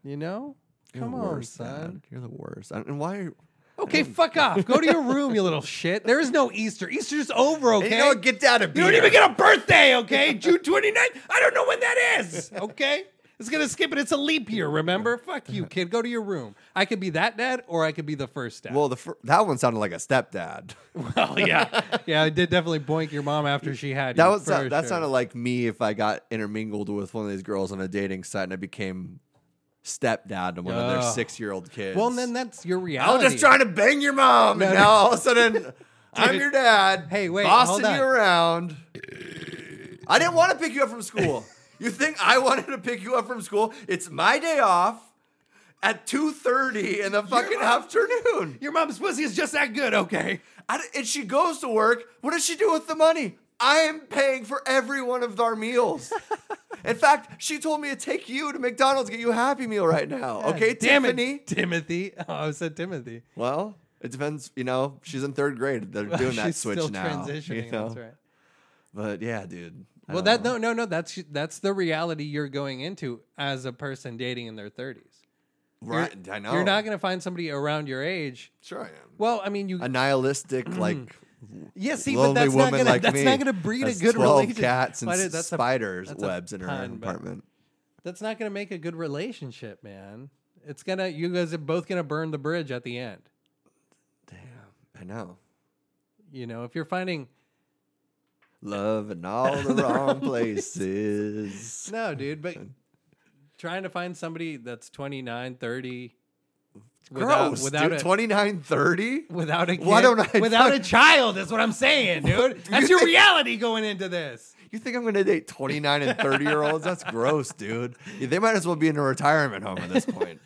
You know?
You're
Come
the
on,
worst, Dad.
son.
You're the worst. And and why? Are you...
Okay, fuck off. Go to your room, you little shit. There is no Easter. Easter's over, okay?
You know what? Get down to
You don't even get a birthday, okay? June 29th? I don't know when that is, okay? It's gonna skip it. It's a leap year, remember? Fuck you, kid. Go to your room. I could be that dad or I could be the first dad.
Well, the fir- that one sounded like a stepdad.
Well, yeah. yeah, I did definitely boink your mom after she had
That
you.
was uh,
for
that, that
sure.
sounded like me if I got intermingled with one of these girls on a dating site and I became stepdad to one of their
Oh.
six year old kids.
Well, and then that's your
I
reality.
was just trying to bang your mom, and
No,
now all of a sudden I'm
Dude.
your dad.
Hey, wait,
bossing
hold on.
you around. I didn't want to pick you up from school. you think I wanted to pick you up from school? It's my day off at two thirty in the fucking afternoon.
Your mom's pussy is just that good, okay?
I d and she goes to work. What does she do with the money? I am paying for every one of our meals. In fact, she told me to take you to McDonald's, get you a Happy Meal right now. okay,
damn
Tiffany.
it, Timothy. Oh, I said Timothy.
Well, it depends. You know, she's in third grade. They're doing that
She's
switch
still
now.
Transitioning.
you know?
That's right.
But yeah, dude. I
Well,
don't
that
know.
no, no, no. That's that's the reality you're going into as a person dating in their thirties.
right? I know.
You're not going to find somebody around your age.
Sure, I am.
Well, I mean, you.
A nihilistic, like
yeah, Mm. see, but
lonely
that's
woman
not going
like
to that's
me.
not going to breed
has
a good
12
relationship.
cats and
Why did-
s-
that's a-
spiders'
that's a
webs in her
pun, but-
apartment.
that's not going to make a good relationship, man. It's gonna you guys are both going to burn the bridge at the end.
Damn, I know.
You know, if you're finding
Love in all the, wrong places.
No, dude, but trying to find somebody that's 29, 30 without
Gross,
without
dude.
a
Twenty nine thirty.
without a kid,
Why don't I
without a
find-
child is what I'm saying, dude.
Do
That's
you
your
think-
reality going into this.
You think I'm going to date 29 and 30 year olds? That's gross, dude. Yeah, They might as well be in a retirement home at this point.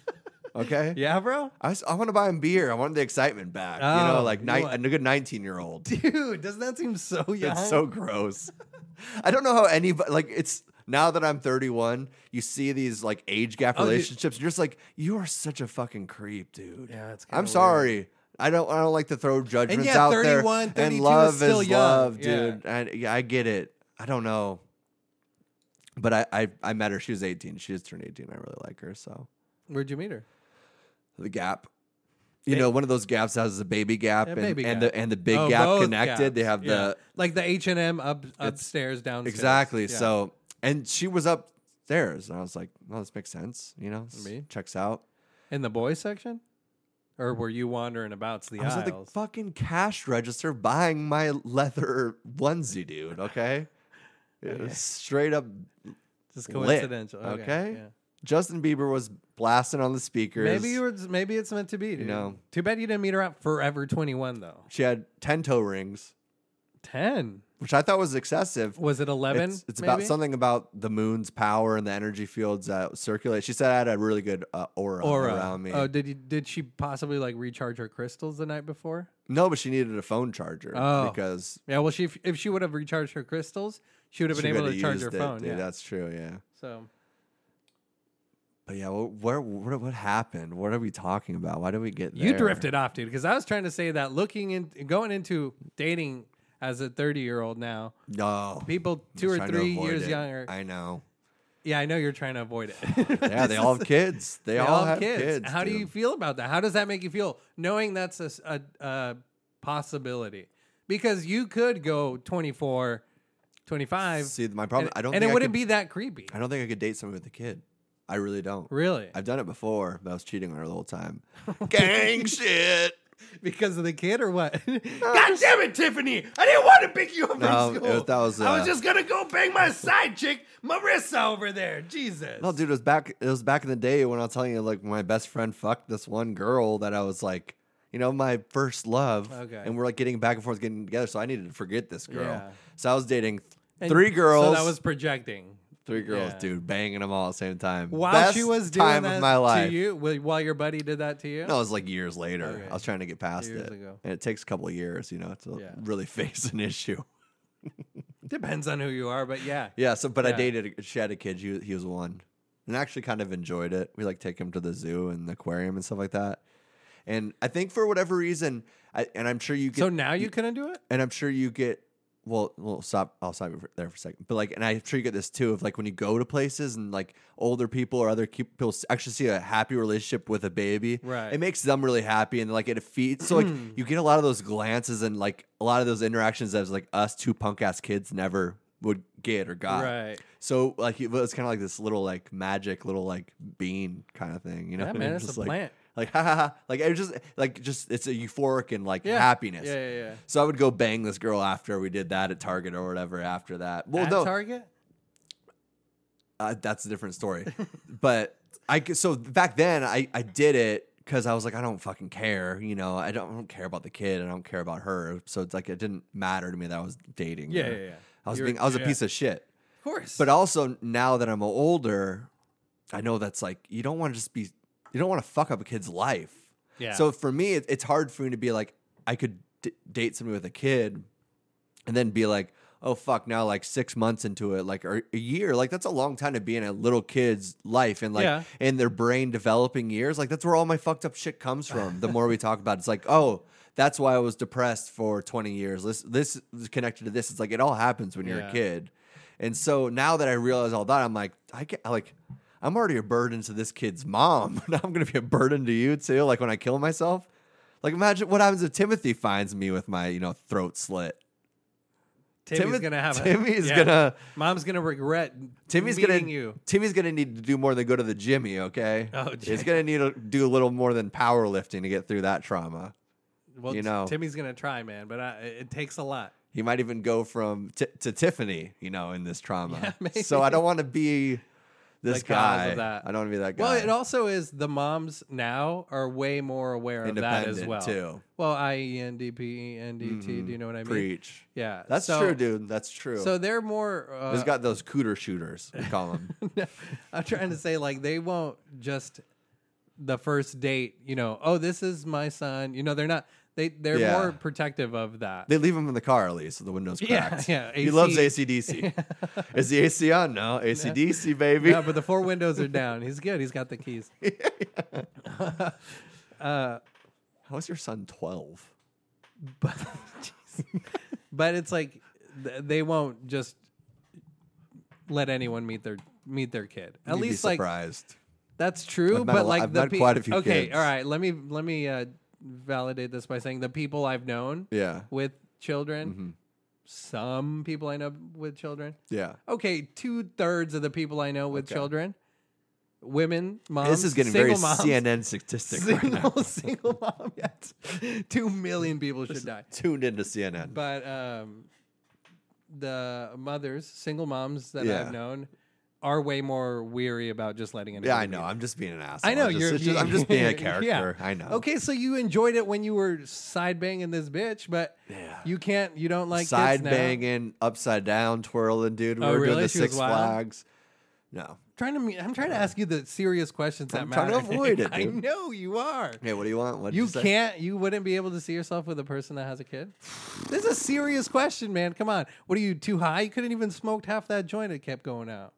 Okay.
Yeah, bro.
I, want to buy him beer. I want the excitement back. you know,
Oh,
like
you
ni-
want-
a good 19 year old.
Dude, doesn't that seem so young?
It's so gross. I don't know how anybody, like, it's now that I'm 31, you see these like age gap
Oh, dude.
relationships. You're just like, you are such a fucking creep, dude.
Yeah, it's kinda
I'm
weird.
sorry. I don't. I don't like to throw judgments
yeah,
out
31,
there.
32
And
is
love
still young.
love,
Yeah.
dude. I, yeah, I get it. I don't know. But I, I, I met her. She was 18. She just turned 18. I really like her. So
Where'd you meet her?
the gap. You know, one of those gaps has the baby gap
Yeah,
and,
baby
and
gap.
the and the big
Oh,
gap
both
connected. They
gaps,
have
yeah.
the
like the H and M up upstairs downstairs.
exactly.
Yeah.
So and she was upstairs, and I was like, "Well, this makes sense." You know, this
Me?
checks out.
in the boys section, or were you wandering about the
I was at the
aisles?
fucking cash register buying my leather onesie, dude. Okay, It was straight up.
Just
lit,
coincidental.
okay?
yeah.
Justin Bieber was blasting on the speakers.
Maybe you were, maybe it's meant to be. Dude.
know.
Too bad you didn't meet her at Forever 21 though.
she had ten toe rings,
10.
which I thought was excessive.
Was it 11?
It's, it's about
maybe?
something about the moon's power and the energy fields that circulate. She said I had a really good uh, aura,
Aura.
around me.
Oh, did you, did she possibly like recharge her crystals the night before?
no, but she needed a phone charger
Oh.
because
Yeah, well, she if, if she would have recharged her crystals, she would have
she
been able
coulda
to charge her
used it.
phone.
Yeah,
Yeah.
that's true. Yeah,
So
but yeah, wh- where, where what happened? What are we talking about? Why did we get there?
you drifted off, dude, because I was trying to say that looking in going into dating as a 30 year old now,
No,
people
I'm
two or
trying to
three
avoid
years
it.
younger,
I know.
Yeah, I know you're trying to avoid it.
Yeah, they all have kids. They, all, have kids.
How do
dude.
you feel about that? How does that make you feel knowing that's a, s- a- a possibility? Because you could go 24, 25.
see my problem?
and,
I don't.
And
think
it
I
wouldn't
could-
be that creepy.
I don't think I could date someone with a kid. I really don't.
Really?
I've done it before, but I was cheating on her the whole time. Gang shit.
because of the kid or what? God damn it, Tiffany! I didn't want to pick you
Uh,
up
No,
from
it
school.
was- that was,
I
uh,
was just gonna go bang my side chick, Marissa, over there. Jesus.
No, dude, it was back. It was back in the day when I was telling you, like, my best friend fucked this one girl that I was like, you know, my first love.
Okay.
And we're like getting back and forth, getting together. So I needed to forget this girl.
Yeah.
So I was dating th-
And
three girls.
So that was projecting.
three girls,
yeah.
dude, banging them all at the same time.
While
Best
she was doing
time
that
of my life.
to you, wh- while your buddy did that to you.
No, it was like years later.
Okay.
I was trying to get past
Years
it,
ago.
and it takes a couple of years, you know, to
Yeah.
really face an issue.
depends on who you are, but yeah.
Yeah. So, but I
Yeah.
dated. She had a kid. He, he was one, and I actually kind of enjoyed it. We like take him to the zoo and the aquarium and stuff like that. And I think for whatever reason, I, and I'm sure you get.
So now you couldn't do it.
and I'm sure you get well, well, stop. I'll stop you for- there for a second. But like, and I'm sure you get this too of like when you go to places and like older people or other keep- people s- actually see a happy relationship with a baby,
Right.
It makes them really happy and like it feeds. So like you get a lot of those glances and like a lot of those interactions as like us two punk ass kids never would get or got.
Right.
So like it was kind of like this little like magic little like bean kind of thing, you know?
Yeah,
what I
man,
mean?
it's
Just,
a
like,
plant.
Like ha ha ha! Like it just like just it's a euphoric and like
Yeah.
happiness.
Yeah, yeah, yeah.
So I would go bang this girl after we did that at Target or whatever. After that, well,
At
no,
Target.
uh, that's a different story. but I c- so back then I I did it because I was like I don't fucking care, you know. I don't, I don't care about the kid. I don't care about her. So it's like it didn't matter to me that I was dating.
Yeah,
her.
yeah, yeah.
I was
You're-
being I was a
yeah.
piece of shit.
Of course.
But uh, also now that I'm older, I know that's like you don't want to just be you don't want to fuck up a kid's life.
Yeah.
So for me, it, it's hard for me to be like I could d- date somebody with a kid, and then be like, oh fuck, now like six months into it, like or a year, like that's a long time to be in a little kid's life and like
Yeah.
in their brain developing years. Like that's where all my fucked up shit comes from. The more we talk about, it, it's like oh. That's why I was depressed for 20 years. This this is connected to this. It's like it all happens when you're
Yeah.
a kid. And so now that I realize all that, I'm like, I get like, I'm already a burden to this kid's mom. now I'm gonna be a burden to you too. Like when I kill myself, like imagine what happens if Timothy finds me with my you know throat slit.
Timmy's
Timoth-
gonna have. a-
Timmy's
yeah.
gonna
Mom's gonna regret.
Timmy's
meeting
gonna
you.
Timmy's gonna need to do more than go to the Jimmy. Okay,
Oh,
he's gonna need to do a little more than powerlifting to get through that trauma.
Well,
you
T-
know.
Timmy's gonna try, man. But I, it it takes a lot.
He might even go from t- to Tiffany, you know, in this trauma.
maybe.
so I don't want to be this
The cause
guy.
of that.
I don't want to be that guy.
Well, it also is the moms now are way more aware of that as
Independent,
well.
too.
Well, I E N D P E N D T. Do you know what I mean?
Preach.
Yeah,
That's
so-
true, dude. That's true.
So they're more. Uh,
He's got those cooter shooters, we call them.
I'm trying to say like they won't just the first date, you know, oh this is my son. You know, they're not they they're
Yeah.
more protective of that.
they leave him in the car at least, so the window's
Yeah,
cracked.
yeah,
He
AC.
loves ACDC. Is the AC on? No, ACDC, baby.
yeah, but the four windows are down. He's good. He's got the keys.
How is your son 12?
But jeez. but it's like th- they won't just let anyone meet their meet their kid. At
You'd be
least like
surprised.
That's true,
I've met a
but
lo-
like
I've
the
met quite a few
Okay,
kids.
all right. Let me let me uh, validate this by saying the people I've known
Yeah.
with children,
Mm-hmm.
some people I know with children.
Yeah.
Okay, two thirds of the people I know with
Okay.
children, women, moms.
This is getting
um, single
very CNN
moms,
statistic right now.
Single, single mom. Yes, two million people should die.
Tuned into CNN.
But um, the mothers, single moms that
Yeah.
I've known, are way more weary about just letting.
yeah,
anybody
I
meet
know. I'm just being an asshole.
I know
I'm just,
you're.
it's just- I'm just being a character.
Yeah.
I know.
Okay, so you enjoyed it when you were side banging this bitch, but
Yeah.
you can't. You don't like
Side
kids now.
banging, upside down, twirling, dude. We
Oh,
were doing
really?
the
She was
Six
wild?
Flags. No.
Trying to. me- I'm trying to ask you the serious questions that
I'm trying
matter.
to avoid it,
I
dude.
know you are.
Hey, what do you want? What
You
you say?
can't. You wouldn't be able to see yourself with a person that has a kid. This is a serious question, man. Come on. What are you too high? You couldn't even smoked half that joint. It kept going out.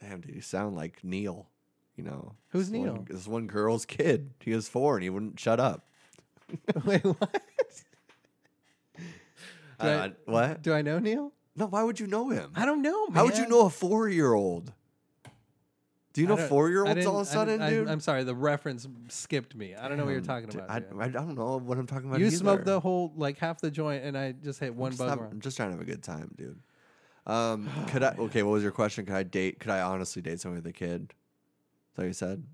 Damn, dude, you sound like Neil. You know
Who's
this one-
Neil?
this one girl's kid. He was four and he wouldn't shut up.
Wait, what?
I don't
I-
know, Uh, what?
Do I know Neil?
No, why would you know him?
I don't know, man.
How would you know a four year old? Do you
I
know
don't-
four year
I
olds all of a
didn't- I
sudden,
didn't- I-
dude?
I'm sorry, the reference skipped me. I don't know what you're
Damn,
talking
dude,
about.
I,
dude.
I don't know what I'm talking about.
you
either.
smoked the whole like half the joint, and I just hit one
just
bug.
have-
run.
I'm just trying to have a good time, dude. Um, could I? Okay, what was your question? Could I date? Could I honestly date someone with a kid? Is that what you said?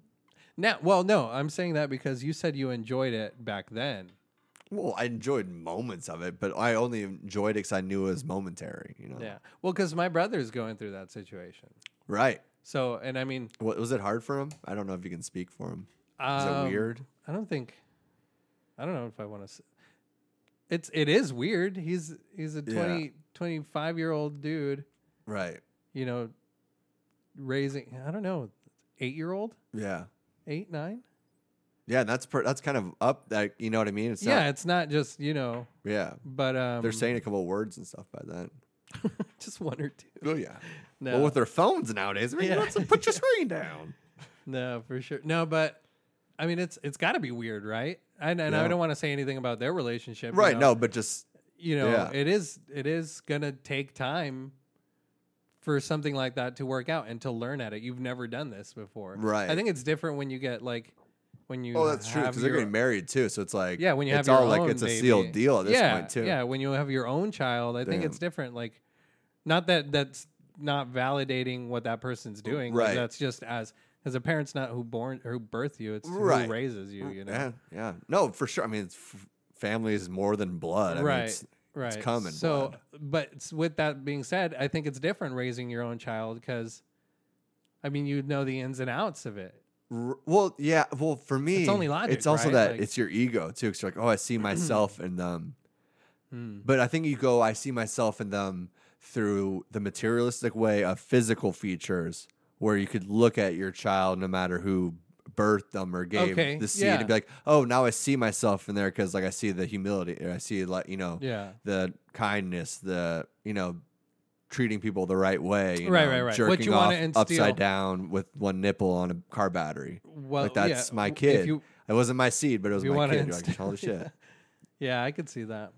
Now, well, no, I'm saying that because you said you enjoyed it back then.
Well, I enjoyed moments of it, but I only enjoyed it because I knew it was momentary. You know,
Yeah. Well, because my brother's going through that situation.
right?
So, and I mean,
Wa- was it hard for him? I don't know if you can speak for him. Is
um,
it weird?
I don't think. I don't know if I want to. It's it is weird. He's he's a 20, 25 year old dude.
Right.
You know, raising I don't know, eight year old,
Yeah.
eight nine.
Yeah, and that's per, that's kind of up. That you know what I mean? It's
yeah,
Not,
it's not just you know,
yeah.
but um,
They're saying a couple words and stuff by then.
just one or two.
Oh yeah.
No,
Well, with their phones nowadays, I mean,
Yeah.
let's put your screen down.
No, for sure. No, but I mean, it's it's got to be weird, right? And, and I
Yeah.
don't want to say anything about their relationship, you
Right.
know?
No, but just
you know,
yeah.
it is it is gonna take time for something like that to work out and to learn at it. You've never done this before,
Right.
I think it's different when you get like when you.
Oh, that's true
have
because they're
your-
getting married too. So it's like
Yeah, when you have
it's
your
all like
own
it's a
baby.
sealed deal at this
yeah,
point too.
Yeah, when you have your own child, I think
Damn.
it's different. Like, not that that's not validating what that person's doing. but
Right.
That's just as as a parent's not who born who birth you. It's
Right.
who raises you. You know.
yeah, yeah. No, for sure. I mean, it's f- family is more than blood. I mean,
right.
it's-
right.
common
So,
blood.
but s- with that being said, I think it's different raising your own child because, I mean, you know the ins and outs of it.
r- well, yeah. Well, for me,
only logic,
It's also
right?
that
Like-
it's your ego too. Because you're like, oh, I see myself in them.
Hmm.
But I think you go, I see myself in them through the materialistic way of physical features, where you could look at your child, no matter who birthed them or gave
Okay,
the seed,
yeah.
and be like, oh, now I see myself in there because like I see the humility, or I see like you know,
Yeah.
the kindness, the you know, treating people the right way, you
Right,
know,
right, right.
jerking
What you
off
wanna instill.
upside down with one nipple on a car battery.
Well,
like that's
yeah,
my
w- if
kid.
you-
it wasn't my seed, but it was
if you
my
wanna
kid. You're like,
instill-
holy shit.
Yeah, I could see that.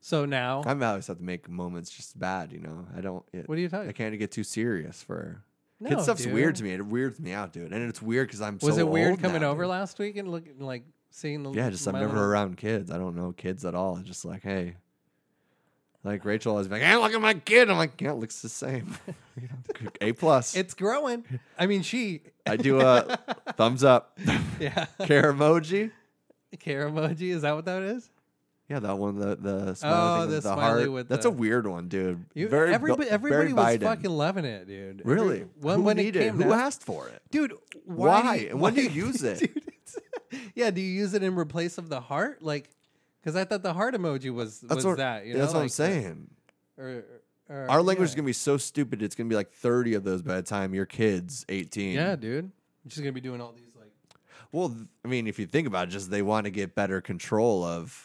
So now,
I always have to make moments just bad, you know. I don't. It,
what are you talking?
I can't get too serious for.
No,
kid stuff's
dude.
weird to me. It weirds me out, dude. And it's weird because I'm.
Was
so
it weird
old
coming
now,
over
dude.
last week and looking like seeing the?
yeah, just I'm
my
never
little-
around kids. I don't know kids at all. It's just like, hey, like Rachel always be like, hey, look at my kid. I'm like, yeah, it looks the same. a plus.
It's growing. I mean, she.
I do a thumbs up,
Yeah.
care emoji.
Care emoji. Is that what that is?
Yeah, that one, the the smiley
Oh,
thing
the
with the
smiley
heart.
with
That's
the-
a weird one, dude.
You,
very,
everybody,
Bu-
everybody was
very Biden.
fucking loving it, dude. Every-
Really?
When,
Who
when
needed?
it came,
Who
out-
asked for it?
dude
Why?
do
And when do you use it?
Dude, it's- yeah do you use it in replace of the heart like because i thought the heart emoji was was
what,
that you know
that's what I'm
like the-
saying.
or- or-
Our language is
yeah.
gonna be so stupid. It's gonna be like 30 of those by the time your kid's 18.
yeah dude she's gonna be doing all these like
Well, th- I mean, if you think about it, just they want to get better control of.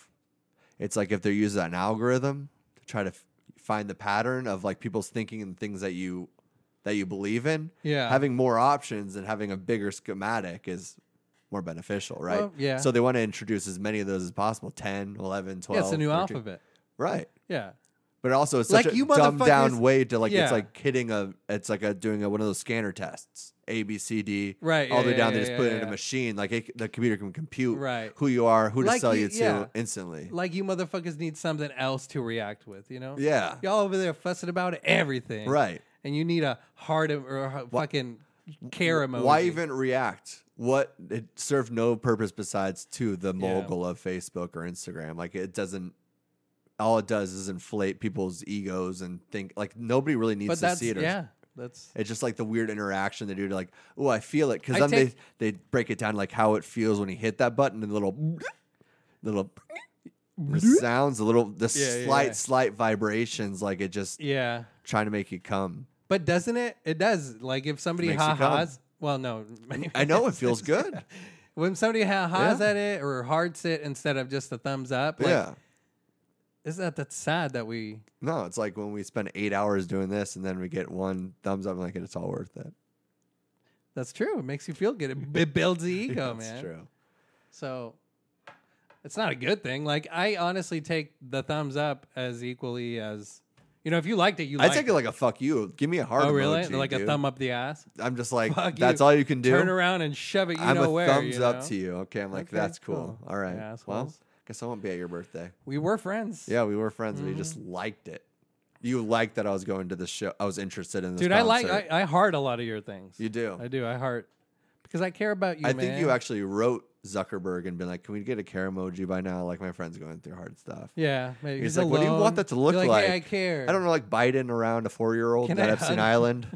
It's like if they're using an algorithm to try to f- find the pattern of like people's thinking and things that you that you believe in.
Yeah.
Having more options and having a bigger schematic is more beneficial, right?
Well, yeah.
So they want to introduce as many of those as possible 10, 11, 12.
yeah it's a new
13.
alphabet
Right.
yeah
But also, it's such
Like,
a
you
dumbed down
motherfuckers-
way to like
Yeah.
it's like hitting a it's like a doing a, one of those scanner tests A B C D
Right,
all
yeah,
the way
yeah,
down
yeah,
they just
yeah,
put it
yeah,
in a
yeah.
machine like it, the computer can compute
Right.
who you are who to
Like
sell
you-
you to
yeah.
instantly
like you motherfuckers need something else to react with you know
yeah
y'all over there fussing about everything
right
and you need a heart em- or a fucking care emoji
why even react what it served no purpose besides to the mogul of Facebook or Instagram like it doesn't all it does is inflate people's egos and think like nobody really needs
but
to
that's
see it or
yeah that's
It's just like the weird interaction they do to like, oh, I feel it, because
I
then
take-
they they break it down like how it feels when you hit that button and the little little the sounds, the little the
Yeah, yeah,
slight
yeah.
slight vibrations, like it just
yeah
trying to make you come.
But doesn't it? It does. Like if somebody
Makes you
ha
come.
ha's. Well, no.
I know it feels good.
when somebody ha ha's
Yeah.
at it or hearts it instead of just a thumbs up. Like,
yeah.
Isn't that that's sad that we?
No, it's like when we spend eight hours doing this and then we get one thumbs up, like it's all worth it.
That's true. It makes you feel good. It, it builds the ego,
That's
man.
true.
So it's not a good thing. Like I honestly take the thumbs up as equally as You know, if you liked it, you
I
liked
take it like a fuck you. Give me a heart.
Oh, really?
emoji,
like a
dude.
thumb up the ass?
I'm just like
Fuck
that's all you can do.
Turn around and shove it. You
I'm
know
a
where.
thumbs
you
up
know?
to you. Okay, I'm like
Okay,
that's cool.
cool.
All right.
Yeah,
well,
assholes.
guess I won't be at your birthday.
We were friends.
Yeah, we were friends. We just
Mm-hmm.
liked it. You liked that I was going to the show. I was interested in this.
dude. I like.
concert.
I, I heart a lot of your things.
you do.
I do. I heart because I care about you.
I think you
man.
actually wrote Zuckerberg and been like, "Can we get a care emoji by now?" Like my friend's going through hard stuff.
Yeah. Maybe
He's like, "What do you want
alone.
that to look
You're
like?"
Hey, I care.
I don't know, like Biden around a four-year-old
Can
at
I
Epstein
hug?
Island.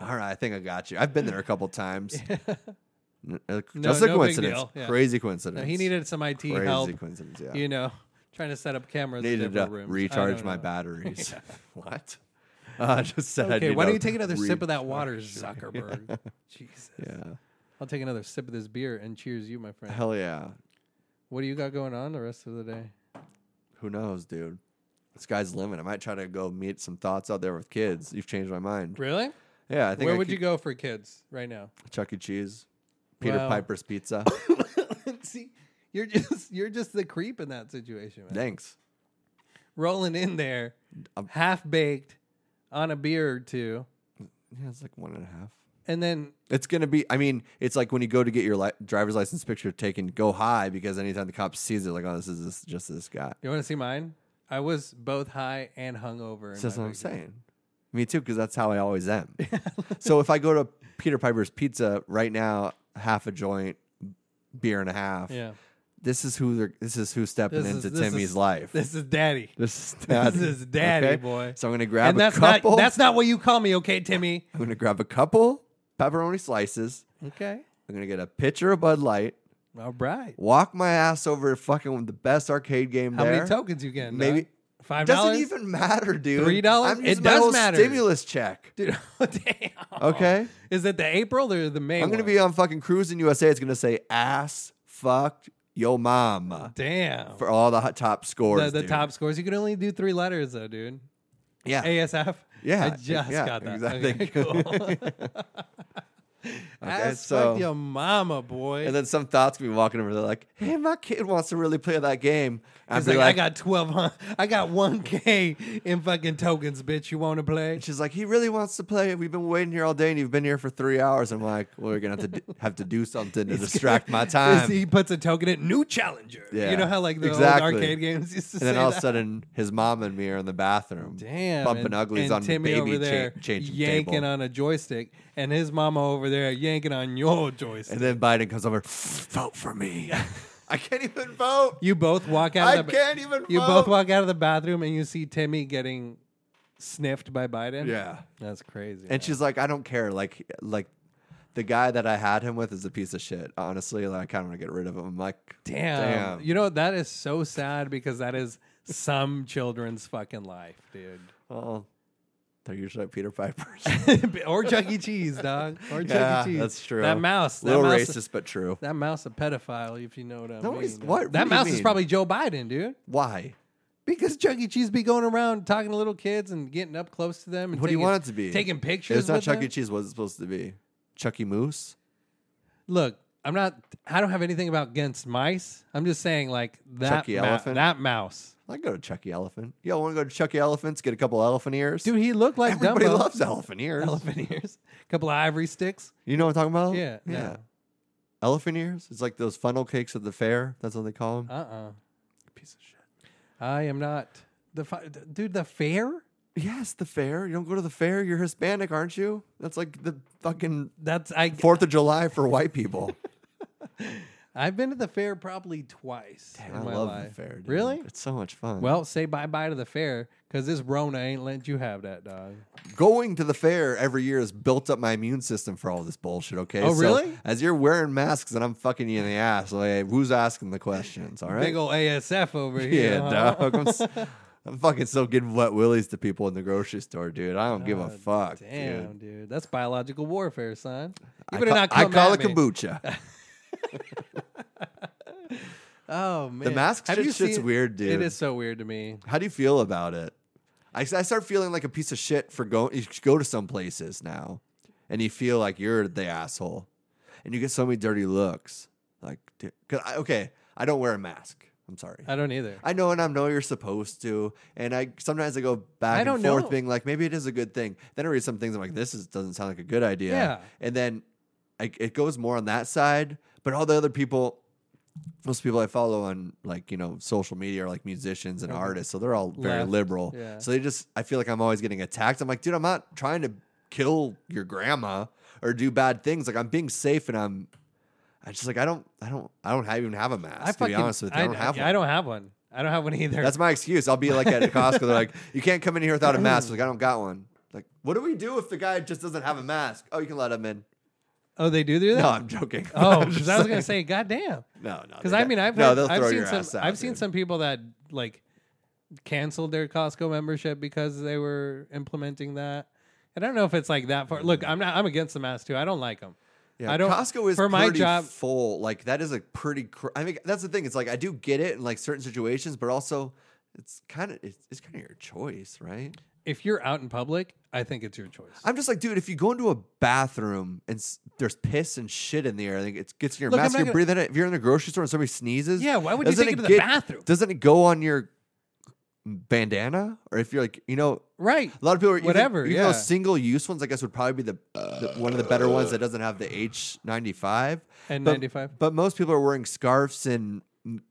All right, I think I got you. I've been there a couple times. N- uh, Just
no
a
big
coincidence.
deal. Yeah.
Crazy
No,
coincidence.
he needed some IT
crazy
help.
coincidence. Yeah,
You know, trying to set up cameras. in
needed to
different rooms. I
recharge
don't
my
know.
batteries. what? Uh, just said.
Okay, why
know,
don't you take another sip of that
recharge.
water, Zuckerberg? Jesus.
Yeah.
I'll take another sip of this beer and cheers you, my friend.
Hell yeah.
What do you got going on the rest of the day?
Who knows, dude? The sky's the limit. I might try to go meet some thoughts out there with kids. You've changed my mind.
Really?
Yeah, I think.
Where
I
would you
keep-
go for kids right now?
Chuck E. Cheese, Peter
Wow.
Piper's Pizza.
See, you're just you're just the creep in that situation, man.
Thanks.
Rolling in there,
I'm-
half baked, on a beer or two,
Yeah, it's like one and a half.
and then
It's gonna be. I mean, it's like when you go to get your li- driver's license picture taken, go high because anytime the cop sees it, like, oh, this is this, just this guy.
you want to see mine? I was both high and hungover. in
So that's
my
what I'm
big-
saying. Me too, because that's how I always am. so if I go to Peter Piper's Pizza right now, half a joint, beer and a half.
Yeah,
This is who they're. This is who's stepping
This is-
into
this
Timmy's
is-
life. This,
this is daddy,
is daddy.
is daddy, boy.
So I'm gonna grab a
and that's
couple.
not that's not what you call me, okay, Timmy?
I'm gonna grab a couple pepperoni slices.
Okay,
I'm gonna get a pitcher of Bud Light.
all right.
Walk my ass over to fucking the best arcade game
How
there.
many tokens you getting?
Maybe-
dog? five
Doesn't
dollars.
even matter, dude.
$3?
I'm
It
using my
does
whole
matter.
Stimulus check.
Dude, damn.
Okay.
Is it the April or the May?
I'm gonna
one?
be on fucking cruising USA. It's gonna say ass fucked yo mama
damn.
for all the hot top scores.
the, the
dude.
top scores. You can only do three letters though, dude.
Yeah.
ASF.
yeah.
I just
yeah,
got that.
Exactly.
Okay, cool. Ass
so-
fuck your mama, boy.
and then some thoughts be walking over. They're like, "Hey, my kid wants to really play that game." And I'd
He's
be
like, I got twelve hundred. I got one k in fucking tokens, bitch. You want to play?
And she's like, he really wants to play. We've been waiting here all day, and you've been here for three hours. I'm like, well, we're gonna have to d- have to do something to distract my time.
He puts a token in new challenger.
Yeah,
You know how like the
exactly.
old arcade games used to
And then
say
all of
that?
a sudden, his mom and me are in the bathroom,
Damn,
bumping
and-
uglies
and
on
Timmy
baby
over
cha-
there
changing
yanking
table.
on a joystick, and his mama over there yanking on your joystick.
and then Biden comes over, vote for me. I can't even vote.
you both walk out.
I
of the, ba-
can't even.
You
vote.
both walk out of the bathroom, and you see Timmy getting sniffed by Biden.
Yeah.
that's crazy. man.
And she's like, I don't care. Like, like the guy that I had him with is a piece of shit. Honestly, like I kind of want to get rid of him. I'm like,
damn.
damn.
You know that is so sad because that is some children's fucking life, dude.
well, they're usually Peter Piper's.
or Chuck E. Cheese, dog. Or Chuck
Yeah,
E. Cheese.
that's true.
That mouse. That
little
mouse,
racist, but true.
That mouse a pedophile, if you know what I
No,
mean.
he's-
dog.
what- what do
That
you
mouse is
mean?
probably Joe Biden, dude.
Why?
Because Chuck E. Cheese be going around talking to little kids and getting up close to them. And
What do you
taking-
want it to be?
Taking
It
pictures.
was not
with
Chuck
them.
E. Cheese. What was it supposed to be? Chuck E. Moose?
Look, I'm not. I don't have anything about against mice. I'm just saying, like that
Chuck E.
mou-
Elephant?
that mouse,
I'd go to Chuck E. Elephant. Yo, want to go to Chuck E. Elephants? Get a couple elephant ears.
dude. He looked like
everybody
Dumbo.
loves elephant ears.
elephant ears, a couple of ivory sticks.
You know what I'm talking about?
Yeah,
yeah.
no.
Elephant ears. It's like those funnel cakes at the fair. That's what they call them.
Uh uh
Piece of shit.
I am not the fi- dude. The fair
Yes, the fair. You don't go to the fair. You're Hispanic, aren't you? That's like the fucking
that's I.
Fourth of July for white people.
I've been to the fair probably twice
Damn,
in
I
my
love
life.
the fair. Dude.
Really?
It's so much fun.
Well, say bye bye to the fair because this Rona ain't letting you have that dog.
going to the fair every year has built up my immune system for all this bullshit. Okay.
Oh,
So,
really?
as you're wearing masks and I'm fucking you in the ass, like, who's asking the questions? All right.
Big old ASF over here.
yeah,
huh?
dog. I'm, s- I'm fucking still giving wet willies to people in the grocery store, dude. I don't give a fuck. dude.
Ah, Damn, dude. that's biological warfare, son.
I
You better
ca-
not
I
come
call
at
it
me.
kombucha.
Oh man,
The mask
Have
shit-
you
shit's
seen-
weird, dude.
It is so weird to me.
How do you feel about it? I, s- I start feeling like a piece of shit for going. You should go to some places now, and you feel like you're the asshole, and you get so many dirty looks. Like, dude, 'cause I, okay, I don't wear a mask. I'm sorry.
I don't either.
I know, and I know you're supposed to. And I sometimes I go back
I
and
don't
forth,
know.
being like, maybe it is a good thing. Then I read some things I'm like, this is, doesn't sound like a good idea.
Yeah.
And then I, it goes more on that side, but all the other people, most people I follow on like you know social media are like musicians and artists, so they're all very
Left,
liberal.
yeah.
So they just, I feel like I'm always getting attacked. I'm like, dude, I'm not trying to kill your grandma or do bad things. Like I'm being safe, and I'm. I just like I don't I don't I don't have, even have a mask.
I
to be
fucking
honest with you, I, don't have one.
I don't have one. I don't have one either.
That's my excuse. I'll be like at Costco. They're like, you can't come in here without a mask. Like, I don't got one. Like, what do we do if the guy just doesn't have a mask? Oh, you can let him in.
oh, they do do that.
No, I'm joking.
oh,
I'm just
because I was gonna
saying.
say, goddamn.
no, no.
Because
they
I
don't.
mean, I've
no,
heard-
they'll
I've
throw
seen
your
some
ass out,
I've seen
dude.
some people that like canceled their Costco membership because they were implementing that. And I don't know if it's like that far. Look, I'm not. I'm against the mask too. I don't like them.
Yeah,
I don't.
Costco is
for my
pretty
job.
full. Like that is a pretty. Cr- I mean, that's the thing. It's like I do get it in like certain situations, but also it's kind of it's, it's kind of your choice, right?
If you're out in public, I think it's your choice.
I'm just like, dude, if you go into a bathroom and s- there's piss and shit in the air, I think it gets in your
Look, I'm
mask.
not
You're
gonna-
breathing it. If you're in a grocery store and somebody sneezes,
Yeah, why would you
doesn't
take it
it
to the
get-
bathroom?
Doesn't it go on your bandana? Or if you're like, you know,
right.
a lot of people, are even-
Whatever,
even,
yeah.
those single use ones, I guess, would probably be the, the one of the better ones that doesn't have the H95
And
But-
95.
But most people are wearing scarves and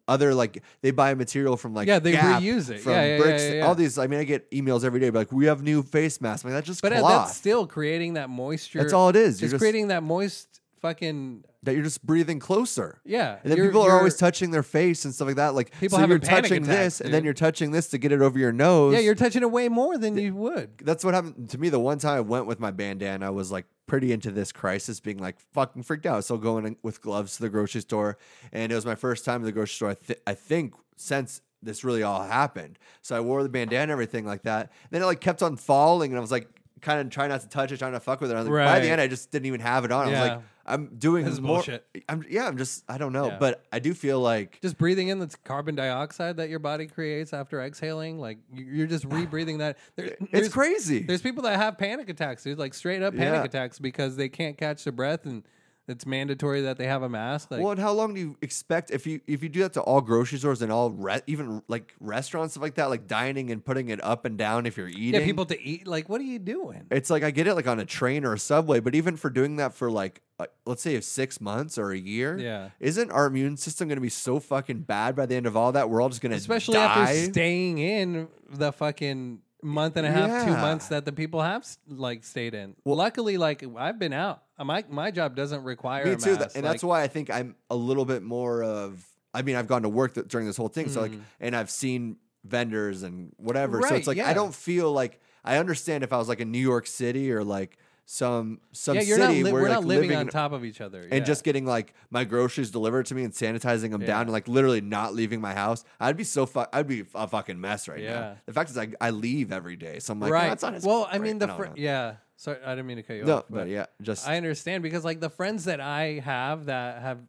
other like they buy material from like
Yeah, they
Gap,
reuse it.
from
Yeah, yeah, yeah,
bricks
yeah, yeah.
all these I mean I get emails every day like we have new face masks I'm like that's just
But uh,
cloth
that's still creating that moisture.
That's all it is. You're
It's
just-
creating that moist fucking
that you're just breathing closer.
yeah.
And then
you're-
people are
you're-
always touching their face and stuff like that. Like
People
so
having
you're
panic
touching
attacks,
this, and then
dude.
you're touching this to get it over your nose.
yeah. You're touching it way more than you would.
That's what happened to me. The one time I went with my bandana, I was like pretty into this crisis, being like fucking freaked out. So going in with gloves to the grocery store, and it was my first time in the grocery store. I, th- I think since this really all happened, so I wore the bandana, and everything like that. Then it like kept on falling, and I was like kind of trying not to touch it, trying to fuck with it. I was like, By the
Right.
end, I just didn't even have it on. I was
Yeah.
like, I'm doing
That's
more.
bullshit.
I'm yeah, I'm just I don't know,
Yeah.
but I do feel like
just breathing in the carbon dioxide that your body creates after exhaling like you- you're just rebreathing that there,
it's
there's-
crazy.
there's people that have panic attacks dude like straight up panic
Yeah.
attacks because they can't catch their breath and it's mandatory that they have a mask like
well, and how long do you expect if you if you do that to all grocery stores and all re- even like restaurants stuff like that, like dining and putting it up and down if you're eating?
yeah people to eat like what are you doing
It's like I get it, like on a train or a subway, but even for doing that for like uh, let's say if six months or a year,
Yeah.
isn't our immune system going to be so fucking bad by the end of all that? We're all just going to
especially
die?
after staying in the fucking month and a half two
Yeah.
months that the people have like stayed in luckily like i've been out Uh, my my job doesn't require
Me
a
too, tha-
mask,
and
like-
that's why I think I'm a little bit more of. I mean, I've gone to work th- during this whole thing, so like, and I've seen vendors and whatever. so
Mm. Right,
it's like
yeah.
I don't feel like I understand if I was like in New York City or like some some
yeah you're not
city
li-
where
we're
like
not living,
living
on
in-
top of each other
and
yeah.
just getting like my groceries delivered to me and sanitizing them
Yeah.
down and like literally not leaving my house. I'd be so fu- I'd be a fucking mess right
Yeah.
now. The fact is, I, I leave every day, so I'm like,
right.
"Oh, it's not as
well, I
great."
mean the
No,
fr-
no.
yeah. Sorry, I didn't mean to cut you
No,
off.
but, yeah, just
I understand because like the friends that I have that have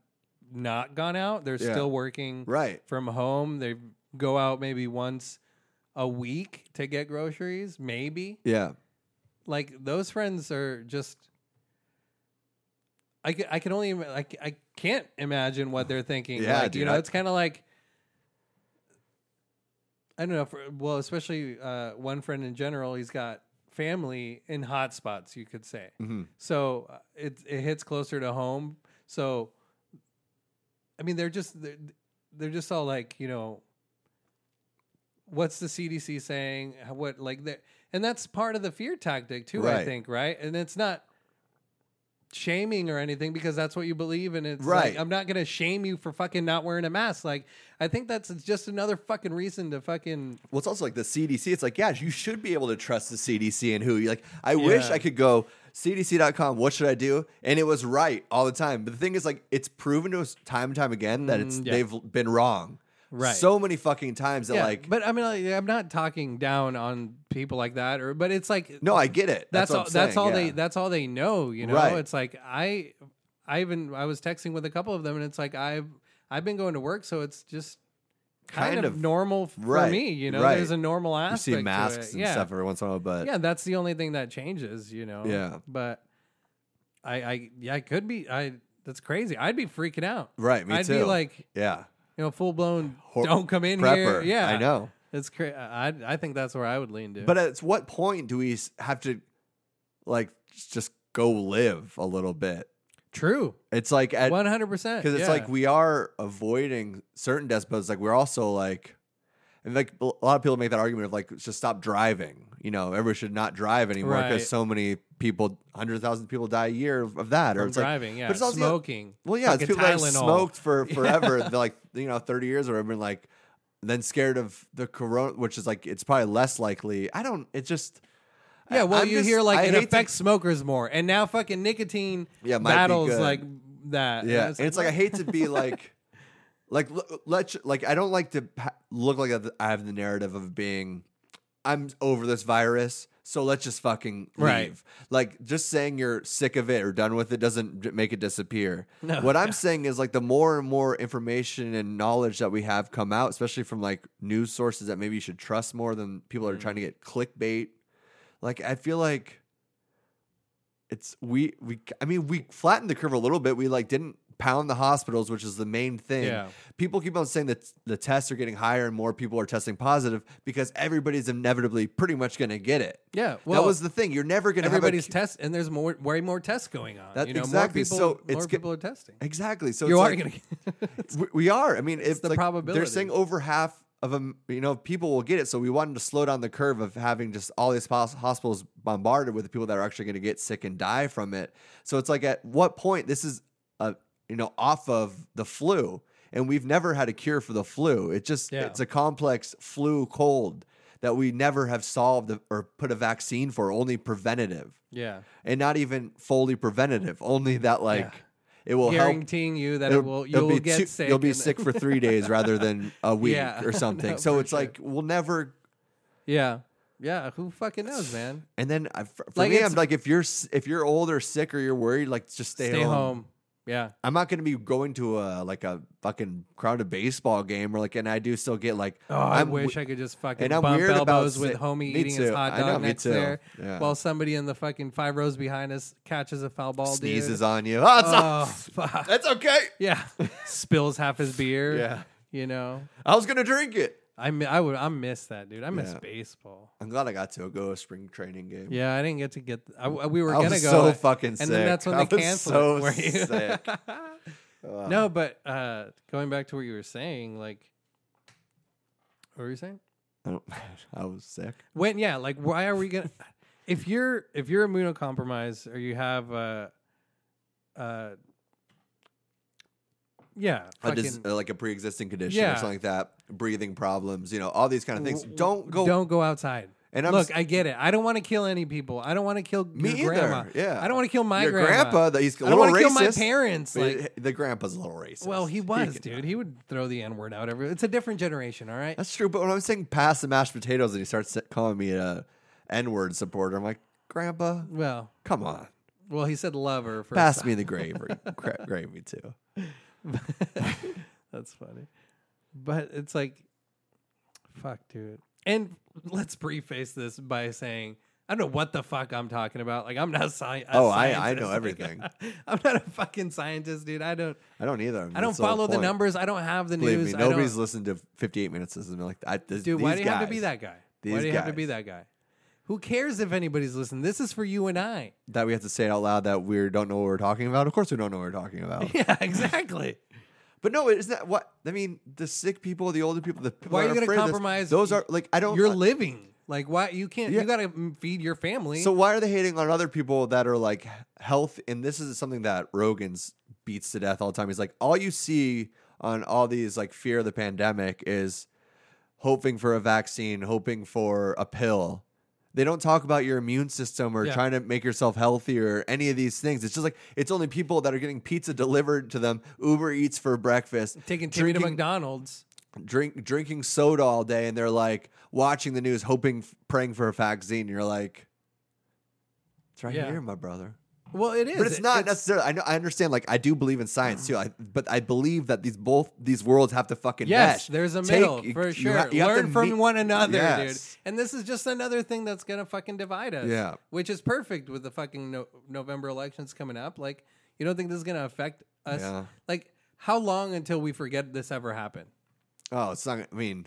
not gone out, they're
Yeah.
still working
right.
from home. They go out maybe once a week to get groceries, maybe.
Yeah,
Like those friends are just. I can, I can only ima- I, ca- I can't imagine what they're thinking.
Yeah,
like, you
dude,
know,
I-
it's kind of like I don't know. For, well, especially uh, one friend in general, he's got family in hot spots, you could say.
Mhm.
So uh, it it hits closer to home. So I mean, they're just they're, they're just all like you know, what's the CDC saying? How- What like that? And that's part of the fear tactic too. I
Right.
think right, and it's not shaming or anything because that's what you believe and it's
Right.
like I'm not gonna shame you for fucking not wearing a mask. Like I think that's just another fucking reason to fucking
Well, it's also like the CDC. It's like, yeah, you should be able to trust the CDC and who. you like, I wish
Yeah.
I could go cdc.com, what should I do? And it was right all the time. But the thing is, like, it's proven to us time and time again that it's
Mm, yeah.
they've been wrong.
Right.
So many fucking times that,
yeah,
like,
but I mean like, I'm not talking down on people like that or but it's like
no, I get it. That's,
that's,
what
all
I'm
that's
saying,
all
yeah.
they that's all they know you know
Right.
it's like i i even i was texting with a couple of them and it's like i've i've been going to work so it's just kind,
Kind
of,
of.
normal for
Right,
me you know
right.
there's a normal
You
aspect
see masks
to it.
and
yeah.
stuff every once in a while, but
yeah that's the only thing that changes you know
Yeah.
but i i yeah i could be i that's crazy i'd be freaking out
right, me
i'd
too.
be like
yeah.
You know, full blown.
Hor-
don't come in here.
prepper.
Yeah,
I know.
It's crazy. I I think that's where I would lean to.
But at what point do we s- have to like just go live a little bit?
true,
It's like at
one hundred percent.
because it's like we are avoiding certain deaths, but it's like we're also like, and like a lot of people make that argument of like just stop driving. You know, everyone should not drive anymore because
Right.
so many people, hundred thousand people die a year of of that. Or
from
it's like,
driving. yeah,
but it's also-
smoking.
well, yeah, it's
Fucking
people that have
Tylenol.
smoked for forever, they're like you know, thirty years or been like, then scared of the corona, which is like it's probably less likely. I don't. It just I-
Yeah, well,
I'm
you
just-
hear like
I
it
hate to-
affects smokers more, and now fucking nicotine
Yeah, might be
battles
good.
like that.
Yeah, and it's like I
what?
hate to be like, like l- let you- like I don't like to pa- look like I have the narrative of being, I'm over this virus, so let's just fucking leave.
Right.
Like just saying you're sick of it or done with it doesn't d- make it disappear.
No,
what I'm saying is like the more and more information and knowledge that we have come out, especially from like news sources that maybe you should trust more than people that are
Mm.
trying to get clickbait. Like I feel like it's we we I mean we flattened the curve a little bit. We like didn't pound the hospitals, which is the main thing.
Yeah.
People keep on saying that the tests are getting higher and more people are testing positive because everybody's inevitably pretty much going to get it.
yeah. Well,
that was the thing. You're never going to have a,
everybody's test, and there's more way more tests going on.
That-
you know,
exactly,
more people,
so it's
more
get-
people are testing.
exactly. So
You
it's
are
like,
gonna.
it's- we, we are. I mean, it's
the
like, They're
probability.
saying over half of them, you know, people will get it. So we wanted to slow down the curve of having just all these hos- hospitals bombarded with the people that are actually going to get sick and die from it. So it's like, at what point this is, a, you know, off of the flu, and we've never had a cure for the flu. It just
Yeah.
it's a complex flu cold that we never have solved or put a vaccine for, only preventative,
yeah,
and not even fully preventative. Only that like.
Yeah.
It will help
guaranteeing you that it will
it'll
you'll
be
get
two-
sick.
You'll be
and-
sick for three days rather than a week
Yeah.
or something.
No,
so
for
it's
sure.
like we'll never.
Yeah, yeah. Who fucking knows, man?
And then I, for
Like,
me,
it's-
I'm like, if you're s- if you're old or sick or you're worried, like just stay,
Stay
home.
home. Yeah.
I'm not going to be going to a like a fucking crowded baseball game or like, and I do still get like,
Oh, I
I'm
wish
w-
I could just fucking
I'm
bump
weird about
elbows with
sit-
homie
me
eating his
too.
hot
I
dog
know, me
next
too.
there,
Yeah.
while somebody in the fucking five rows behind us catches a foul ball, dude.
sneezes on you. Oh, it's
Oh fuck!
that's okay.
Yeah, spills half his beer.
Yeah.
you know,
I was going to drink it.
I mi- I would I miss that, dude. I miss
Yeah.
baseball.
I'm glad I got to go to a spring training game.
Yeah, I didn't get to get. I, we were
I
gonna
was
go,
so fucking
and
sick.
then that's when
I
they
was
canceled.
so
it, were you?
sick.
no, but uh, going back to what you were saying, like, what were you saying?
I, don't, I was sick.
when yeah like why are we gonna if you're if you're immunocompromised or you have uh uh yeah
a
fucking,
dis- uh, like a pre-existing condition or
Yeah.
something like that, breathing problems, you know, all these kind of things.
w-
Don't go.
don't go outside
and
look
s-
i get it i don't want to kill any people i don't want to kill
me
your
either.
grandma
Yeah,
i don't want to kill my
Your
grandma.
grandpa. That he's a
i don't
little
want to kill my
racist,
parents
but
like
the grandpa's a little racist.
well he was
can-
dude he would throw the n-word out every it's a different generation all right
That's true. But when I was saying pass the mashed potatoes, and he starts calling me a N-word supporter, I'm like, Grandpa,
well
come on,
well he said lover for
pass me the gravy, gra- gravy too.
That's funny. But it's like, fuck, dude. And let's preface this by saying, I don't know what the fuck I'm talking about. Like, I'm not sci- a
Oh, I- I
scientist.
know
Like,
everything.
I'm not a fucking scientist, dude. I don't.
I don't either.
I don't follow the
numbers.
numbers. I don't have the
Believe
news.
me,
I don't-
nobody's listened to 58 minutes. This and been like, I, this,
dude.
these
Why do you have to be
guys,
that guy?
These
Why do you have to be
guys.
that guy? Who cares if anybody's listening? This is for you and I.
That we have to say it out loud that we don't know what we're talking about. Of course, we don't know what we're talking about.
Yeah, exactly.
But no, isn't that what I mean? The sick people, the older people, the people
Why are
that
you gonna
afraid of this,
compromise
those are like I don't.
You're living. Like, why you can't?
uh, Yeah.
You got to feed your family.
so why are they hating on other people that are like health? And this is something that Rogan's beats to death all the time. He's like, all you see on all these like fear of the pandemic is hoping for a vaccine, hoping for a pill. They don't talk about your immune system or
Yeah.
trying to make yourself healthy or any of these things. It's just like it's only people that are getting pizza delivered to them, Uber Eats for breakfast,
taking Timmy to
drinking-
McDonald's.
drink drinking soda all day and they're like watching the news hoping f- praying for a vaccine and you're like it's right
Yeah.
here my brother
Well, it is.
but it's
It-
not necessarily I, know, I understand like i do believe in science too I, but i believe that these both these worlds have to fucking
Yes,
mesh
there's a
Take-
middle
you-
for
you
sure.
ha- you have to
Learn from
meet-
one another,
Yes.
dude. And this is just another thing that's gonna fucking divide us.
Yeah.
which is perfect with the fucking no- November elections coming up. Like, you don't think this is gonna affect us?
Yeah.
Like, how long until we forget this ever happened?
Oh, it's not. I mean,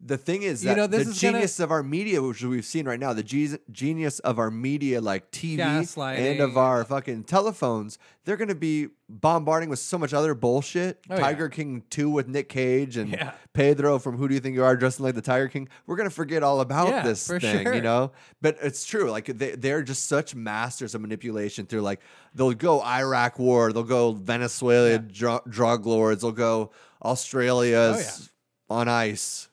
the thing is
You
that
know, this
the
is gonna-
genius of our media, which we've seen right now, the ge- genius of our media, like TV and
Gaslighting.
of our fucking telephones, they're going to be bombarding with so much other bullshit.
Oh, yeah.
Tiger King two with Nick Cage and
Yeah.
Pedro from Who Do You Think You Are, dressing like the Tiger King. We're going to forget all about
Yeah,
this
for
thing,
sure.
you know. But it's true. Like they, they're just such masters of manipulation through like they'll go Iraq war, they'll go Venezuela dru- drug lords, they'll go
Oh,
Australia's on ice.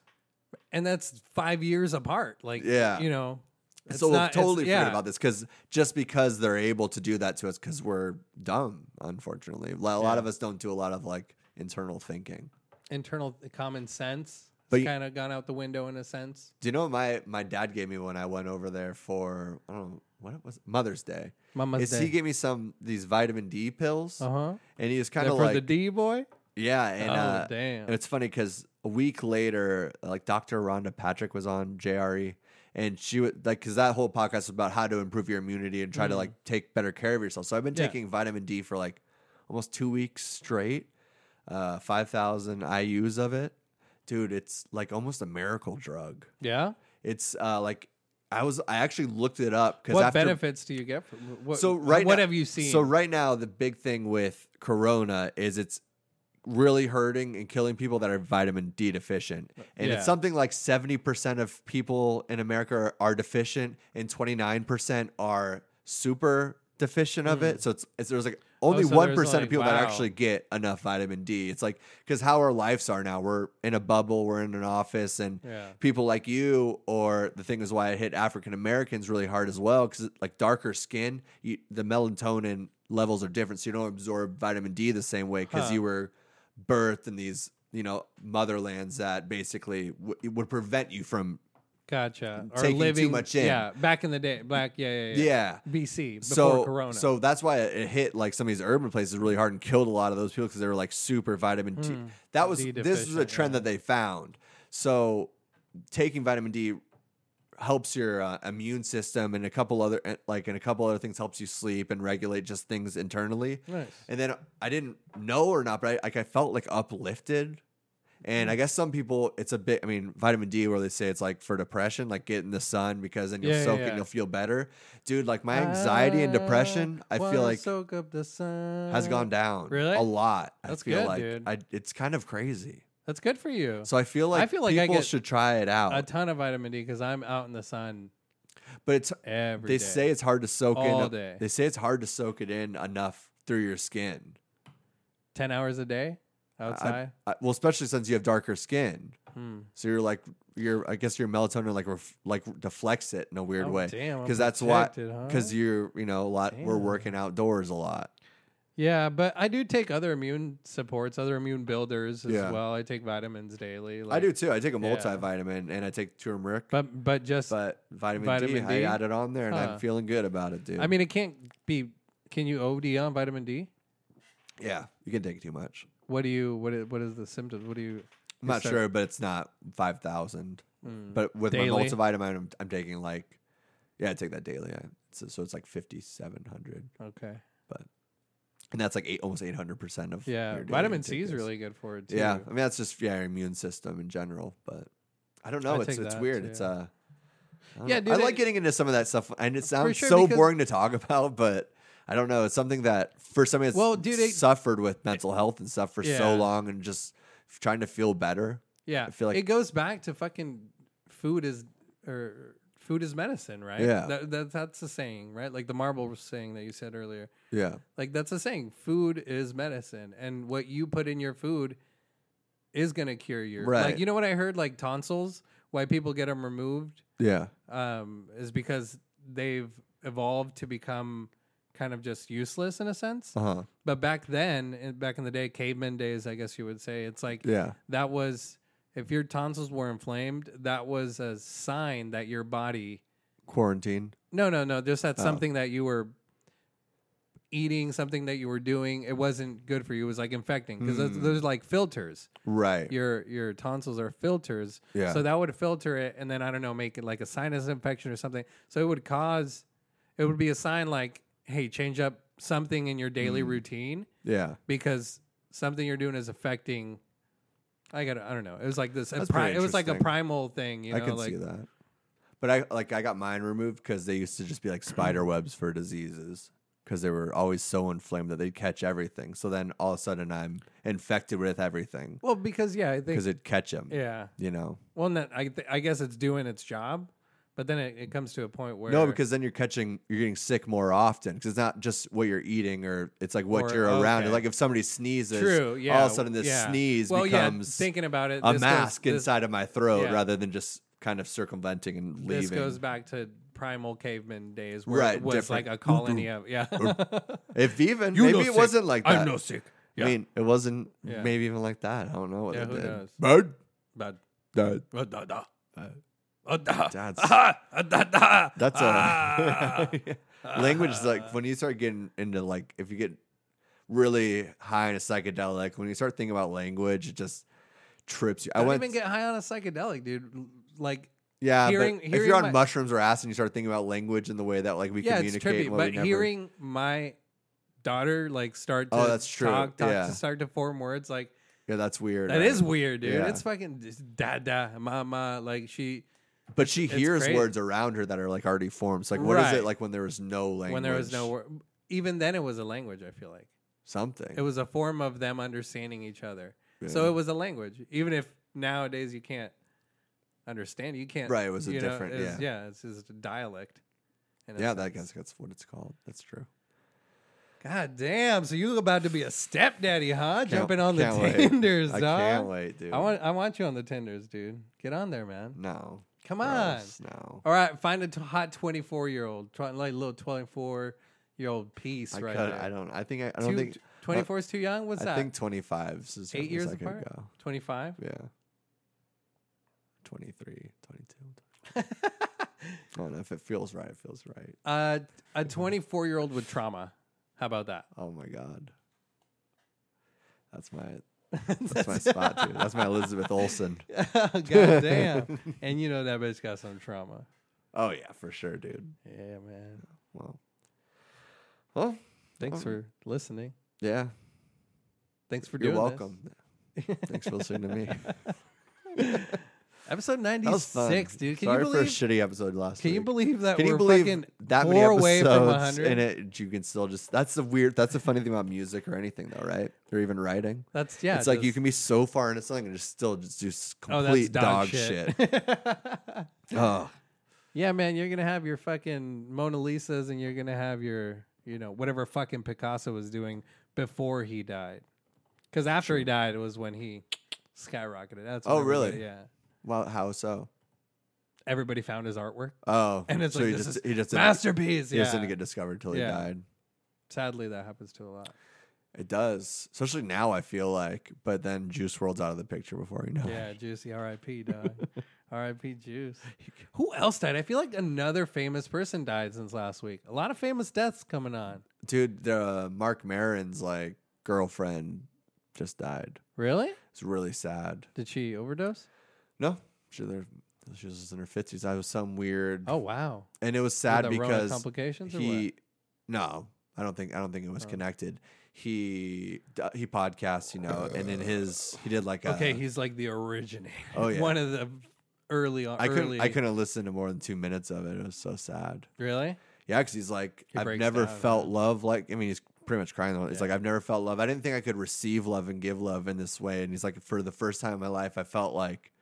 And that's five years apart. Like,
Yeah.
you know, it's
so
not- it's-
we'll totally
yeah.
forget about this because just because they're able to do that to us because we're dumb, unfortunately. A lot
Yeah.
of us don't do a lot of like internal thinking.
internal common sense.
But
It's
you-
kind of gone out the window in a sense.
Do you know what my my dad gave me when I went over there for I don't know what it was Mother's Day.
Mama's
is
Day.
he gave me some these vitamin D pills,
Uh huh.
and he was kind
For
of like
the D boy.
Yeah, and
Oh,
uh,
damn.
and it's funny because a week later, like Dr. Rhonda Patrick was on JRE, and she would like because that whole podcast was about how to improve your immunity and try to like take better care of yourself. So I've been
Mm-hmm. Yeah.
taking vitamin D for like almost two weeks straight, uh, five thousand IU's of it, dude. It's like almost a miracle drug.
Yeah.
It's uh, like I was I actually looked it up because
What
after
benefits do you get from what? uh,
so right
what
now-
have you seen?
so right now the big thing with corona is it's really hurting and killing people that are vitamin d deficient and
Yeah.
it's something like 70% of people in america are, are deficient and 29% are super deficient of it so it's, it's there's like only
Hmm. Oh, so there's
1%
like-
of people that
wow.
actually get enough vitamin d it's like because how our lives are now we're in a bubble we're in an office and
Yeah.
people like you or the thing is why it hit african americans really hard as well because like darker skin you, the melatonin levels are different so you don't absorb vitamin d the same way because
Huh.
you were birthed in these you know motherlands that basically w- it would prevent you from
Gotcha. Or
taking too
living
much in.
Yeah. Back in the day. Back. Yeah. Yeah.
yeah,
Yeah. BC before
so
Corona.
so that's why it it hit like some of these urban places really hard and killed a lot of those people because they were like super vitamin
Hmm.
D. That was
D
this was a
deficient,
trend
yeah.
that they found. So taking vitamin D helps your uh, immune system and a couple other and, like and a couple other things helps you sleep and regulate just things internally.
Nice.
And then I didn't know or not, but I, like I felt like uplifted. And
Mm.
I guess some people, it's a bit. I mean, vitamin D, where they say it's like for depression, like get in the sun because then you'll
Yeah, yeah,
soak it
yeah. Ah,
and you'll feel better. Dude, like my anxiety and depression, I
wanna
feel like
soak up the sun
has gone down
Really?
a lot.
That's
I feel
good,
like
dude.
I, it's kind of crazy.
That's good for you.
So I feel like
I feel like I
people
get
should try it
a
out.
ton of vitamin D because I'm out in the sun
but it's
every day.
they say it's hard to soak
All
in.
day.
They say it's hard to soak it in enough through your skin.
ten hours a day outside.
I, well, especially since you have darker skin.
Hmm.
So you're like your I guess your melatonin like ref, like deflects it in a weird
Oh,
way
damn, I'm
because that's why
protected, huh?
because you're you know a lot we're
Damn.
working outdoors a lot.
Yeah, but I do take other immune supports, other immune builders as
Yeah.
well. I take vitamins daily.
I
like-
do too. I take a
yeah.
multivitamin and I take turmeric, but,
but but just
vitamin,
Vitamin
D, I
D?
add it on there and
Huh.
I'm feeling good about it, dude.
I mean, it can't be. Can you OD on vitamin D?
yeah, you can take too much.
What do you what is, what is the symptoms? What do you?
I'm not
It's a-
sure, but it's not five thousand.
mm,
But with my
Daily?
multivitamin, I'm, I'm taking like yeah, I take that daily. I, so, so it's like fifty seven hundred,
Okay.
and that's like eight almost eight hundred percent of
Yeah,
your daily
vitamin
intake
C is
is.
really good for it too.
Yeah, I mean that's just yeah, your immune system in general. But I don't know.
I
it's
take
it's
that,
weird.
too,
It's
yeah.
uh, I don't
Yeah,
know.
dude,
I like
I-
getting into some of that stuff, and it sounds
sure,
so
because-
boring to talk about, but. I don't know. It's something that for somebody that's
Well, dude, it-
suffered with mental health and stuff for
Yeah.
so long, and just f- trying to feel better.
Yeah,
I feel like-
it goes back to fucking food is or food is medicine, right?
Yeah.
that, that that's the saying, right? Like the marble saying that you said earlier.
Yeah,
Like that's the saying, food is medicine, and what you put in your food is gonna cure your. Like
Right.
you know what I heard, like tonsils, why people get them removed,
yeah,
um, is because they've evolved to become kind of just useless in a sense.
uh huh,
But back then, in- back in the day, caveman days, I guess you would say, it's like
yeah,
that was if your tonsils were inflamed, that was a sign that your body.
quarantine.
No, no, no. Just that
Oh.
something that you were eating, something that you were doing, it wasn't good for you. It was like infecting because those
Mm.
there's like filters.
Right.
Your your tonsils are filters.
Yeah.
So that would filter it, and then I don't know, make it like a sinus infection or something. So it would cause. It would
Mm.
be a sign like, hey, change up something in your daily routine
yeah.
because something you're doing is affecting. I got. I don't know. It was like this. a
That's pretty
pri- it was like a
interesting.
primal thing. You know,
I can
like
see that. But I like I got mine removed because they used to just be like spider webs for diseases because they were always so inflamed that they'd catch everything. So then all of a sudden I'm infected with everything
well, because yeah, I think
because it'd catch them.
yeah.
You know,
Well, and that, I th- I guess it's doing its job, but then it, it comes to a point where
no, because then you're catching, you're getting sick more often because it's not just what you're eating or it's like what
Or-
you're around.
okay.
Like if somebody sneezes,
true. Yeah,
all of a sudden this
yeah.
sneeze
well,
becomes
yeah, thinking about it.
a
this goes-
mask
this-
inside of my throat
yeah.
rather than just kind of circumventing and leaving.
This goes back to primal caveman days, where
Right,
it was
different.
like a colony of yeah.
If even maybe it wasn't like that.
I'm no sick. Yeah.
I mean, it wasn't
Yeah.
maybe even like that. I don't know what
Yeah,
it
who
did.
knows?
Bird,
Bad.
Dad.
Ah, da, da.
Bad.
Ah, da.
Uh, Dad's-
Ah, ah, da, da.
That's
Ah.
a language. Is like when you start getting into like if you get really high in a psychedelic, when you start thinking about language, it just trips you. I
I
went,
wouldn't even get high on a psychedelic, dude. Like,
yeah.
hearing-
but if
hearing
you're on
my-
mushrooms or acid, and you start thinking about language and the way that like we
yeah, it's
communicate.
trippy.
and what we
But
never-
hearing my daughter like start to
Oh, that's true.
talk, talk
Yeah.
to start to form words, like
yeah, that's weird.
that
right?
is weird, dude.
Yeah.
It's fucking just da da mama. Like she
but she hears
crazy.
words around her that are like already formed. So, like, what is
Right.
it like when there was no language?
when there was no word. Even then, it was a language. I feel like
something.
it was a form of them understanding each other.
Yeah.
So it was a language, even if nowadays you can't understand. You can't.
Right, it was a
you know,
different-
it was-
yeah.
It's just a dialect. in a
yeah, that
sense.
guess that's what it's called. That's true.
God damn! So you about to be a stepdaddy, huh? Jumping on the
can't wait.
tenders,
I
dog.
can't wait, dude.
I want, I want you on the tenders, dude. Get on there, man.
No.
Come on.
Gross, No.
All right, find a t- hot twenty-four-year-old, tw- like little twenty-four-year-old piece,
I,
right
cut-
there.
I don't. I think. I, I don't
Two-
think.
t- 24 is too young. What's
I
that?
think twenty five is as
Eight
young
years
as I could
apart.
go.
Twenty-five.
Yeah. 23, 22. I don't know if it feels right. It feels right.
Uh, a twenty-four-year-old with trauma. How about that?
Oh my god. That's my. That's my spot, dude. That's my Elizabeth Olsen.
God damn! and you know that bitch got some trauma.
Oh yeah, for sure, dude.
Yeah, man.
Well. Well,
Thanks
Oh.
for listening.
yeah.
Thanks for
You're
doing this.
welcome. Thanks for listening to me.
Episode
That was fun.
ninety-six, dude. Can
Sorry
you
for a
believe?
shitty episode last
Can you
week.
believe that
Can
we're
you believe
fucking
that many
four away from
episodes
hundred?
in it? You can still just that's the weird that's the funny thing about music or anything though, right? Or even writing.
That's yeah.
it's like you
just-
can be so far into something and just still just do s-
Oh, that's
complete dog shit. oh,
yeah, man. You're gonna have your fucking Mona Lisas, and you're gonna have your you know whatever fucking Picasso was doing before he died. Because after he died, it was when he skyrocketed. That's
Oh,
when everybody-
really?
Yeah.
well, how so?
Everybody found his artwortck,
Oh,
and it's
so
like
he
this
just
is
he just didn't-
masterpiece.
he
Yeah.
just didn't get discovered till
Yeah.
he died.
Sadly, that happens to a lot.
It does, especially now. I feel like, but then Juice World's out of the picture before you know.
Yeah, Juicy R.I.P. dog. R.I.P. Juice. Who else died? I feel like another famous person died since last week. A lot of famous deaths coming on.
it. dude, the uh, Mark Maron's like girlfriend just died.
Really?
It's really sad.
Did she overdose?
No, she there. She was just in her fifties. I was some weird,
Oh wow.
and it was
Were
sad
there Rona
because
complications or Oh.
he. No, I don't think I don't think it was connected. He d- he podcasts, you know, and in his he did like a.
what? Okay, he's like the originator.
Oh, yeah.
One of the early on
I couldn't
early
I couldn't listen to more than two minutes of it. It was so sad.
Really?
Yeah, because he's like
He
I've
breaks
never
down,
felt love like. I mean, he's pretty much crying. the whole- He's like I've never felt love. I didn't think I could receive love and give love in this way. And he's like for the first time in my life, I felt like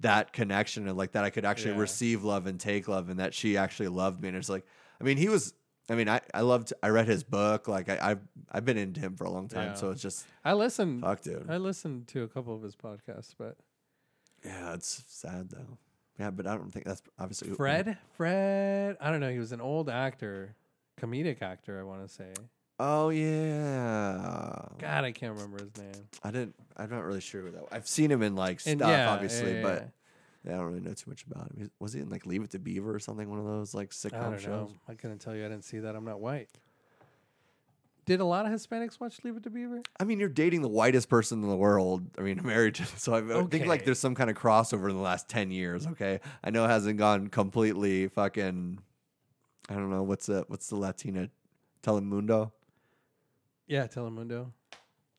that connection and like that I could actually
Yeah.
receive love and take love and that she actually loved me. And it's like, I mean, he was, I mean, I, I loved, I read his book. Like I, I've, I've been into him for a long time.
Yeah. Uh,
So it's just,
I listened
fuck dude.
I listened to a couple of his podcasts, but
yeah. It's sad though. Yeah. But I don't think that's obviously
Fred? Fred I don't know, he was an old actor, comedic actor, I wanna say.
Oh yeah.
God, I can't remember his name.
I didn't, I'm not really sure who that I've seen him in like stuff
And yeah,
obviously,
yeah, yeah,
but yeah, I don't really know too much about him. He- Was he in like Leave It to Beaver or something? One of those like
yeah. I
sitcom
don't know.
shows?
I couldn't tell you I didn't see that. I'm not white. Did a lot of Hispanics watch Leave It to Beaver?
I mean, you're dating the whitest person in the world. I mean, married to. So I think like
Okay.
there's some kind of crossover in the last ten years. Okay, I know it hasn't gone completely fucking. I don't know what's the what's the Latina Telemundo.
Yeah, Telemundo.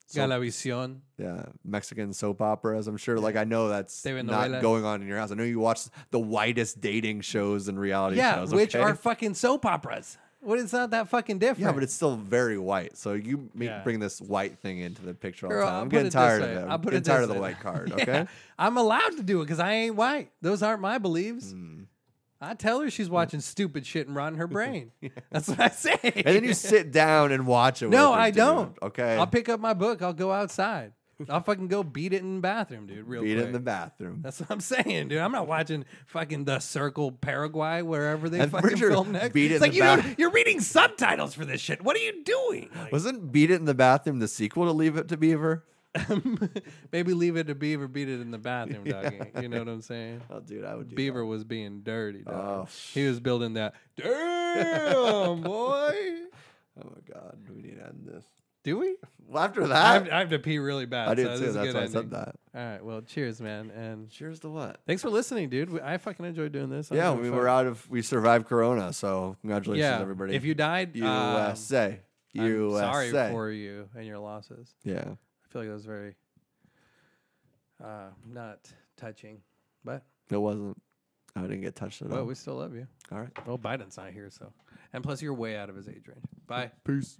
So-
Galavisión.
yeah, Mexican soap operas. I'm sure. Like I know that's
Telenovelas.
not going on in your house. I know you watch the widest dating shows and reality
Yeah,
shows.
which
okay?
are fucking soap operas. What is not that fucking different?
yeah, but it's still very white. So you make,
Yeah.
bring this white thing into the picture all the
Girl,
time.
I'll
I'm
put
getting
it this
tired of
way.
it.
I'll
I'm
put
getting
it this
tired of the
way.
white card.
Yeah.
Okay.
I'm allowed to do it because I ain't white. Those aren't my beliefs.
Hmm.
I tell her she's watching stupid shit and rotting her brain. That's what I say.
And then you sit down and watch it.
no,
with her,
I
dude,
don't.
Okay.
I'll pick up my book. I'll go outside. I'll fucking go beat it in the bathroom, dude. Real
Beat
quick.
it in the bathroom.
That's what I'm saying, dude. I'm not watching fucking The Circle Paraguay, wherever they
And
fucking
Richard
film next.
beat it
it's
in
like
the
you
back.
don't, you're reading subtitles for this shit. What are you doing? Like,
Wasn't Beat It in the Bathroom the sequel to Leave It to Beaver?
Maybe leave it to Beaver, beat it in the bathroom, doggy. You know what I'm saying?
Oh, dude, I would do
Beaver was being dirty, dog.
Oh.
He was building that. Damn, boy.
That. Oh my god, we need to end this.
Do we?
Well, after
I
that,
have, I have to pee really
I
bad. so
did
this
too.
is a
That's
good
why I
ending.
said that.
All right. Well, cheers, man, and
Cheers to what?
thanks for listening, dude. We- I fucking enjoyed doing this. I
Yeah,
don't
we
give a
were
fuck.
out of we survived Corona, so congratulations
Yeah,
everybody.
If you died, uh,
USA, USA.
I'm sorry for you and your losses.
yeah.
I feel like that was very uh, not touching, but
It wasn't. I didn't get touched at
well,
all.
we still love you.
all right.
Well, Biden's not here, so and plus you're way out of his age range. Bye.
Peace.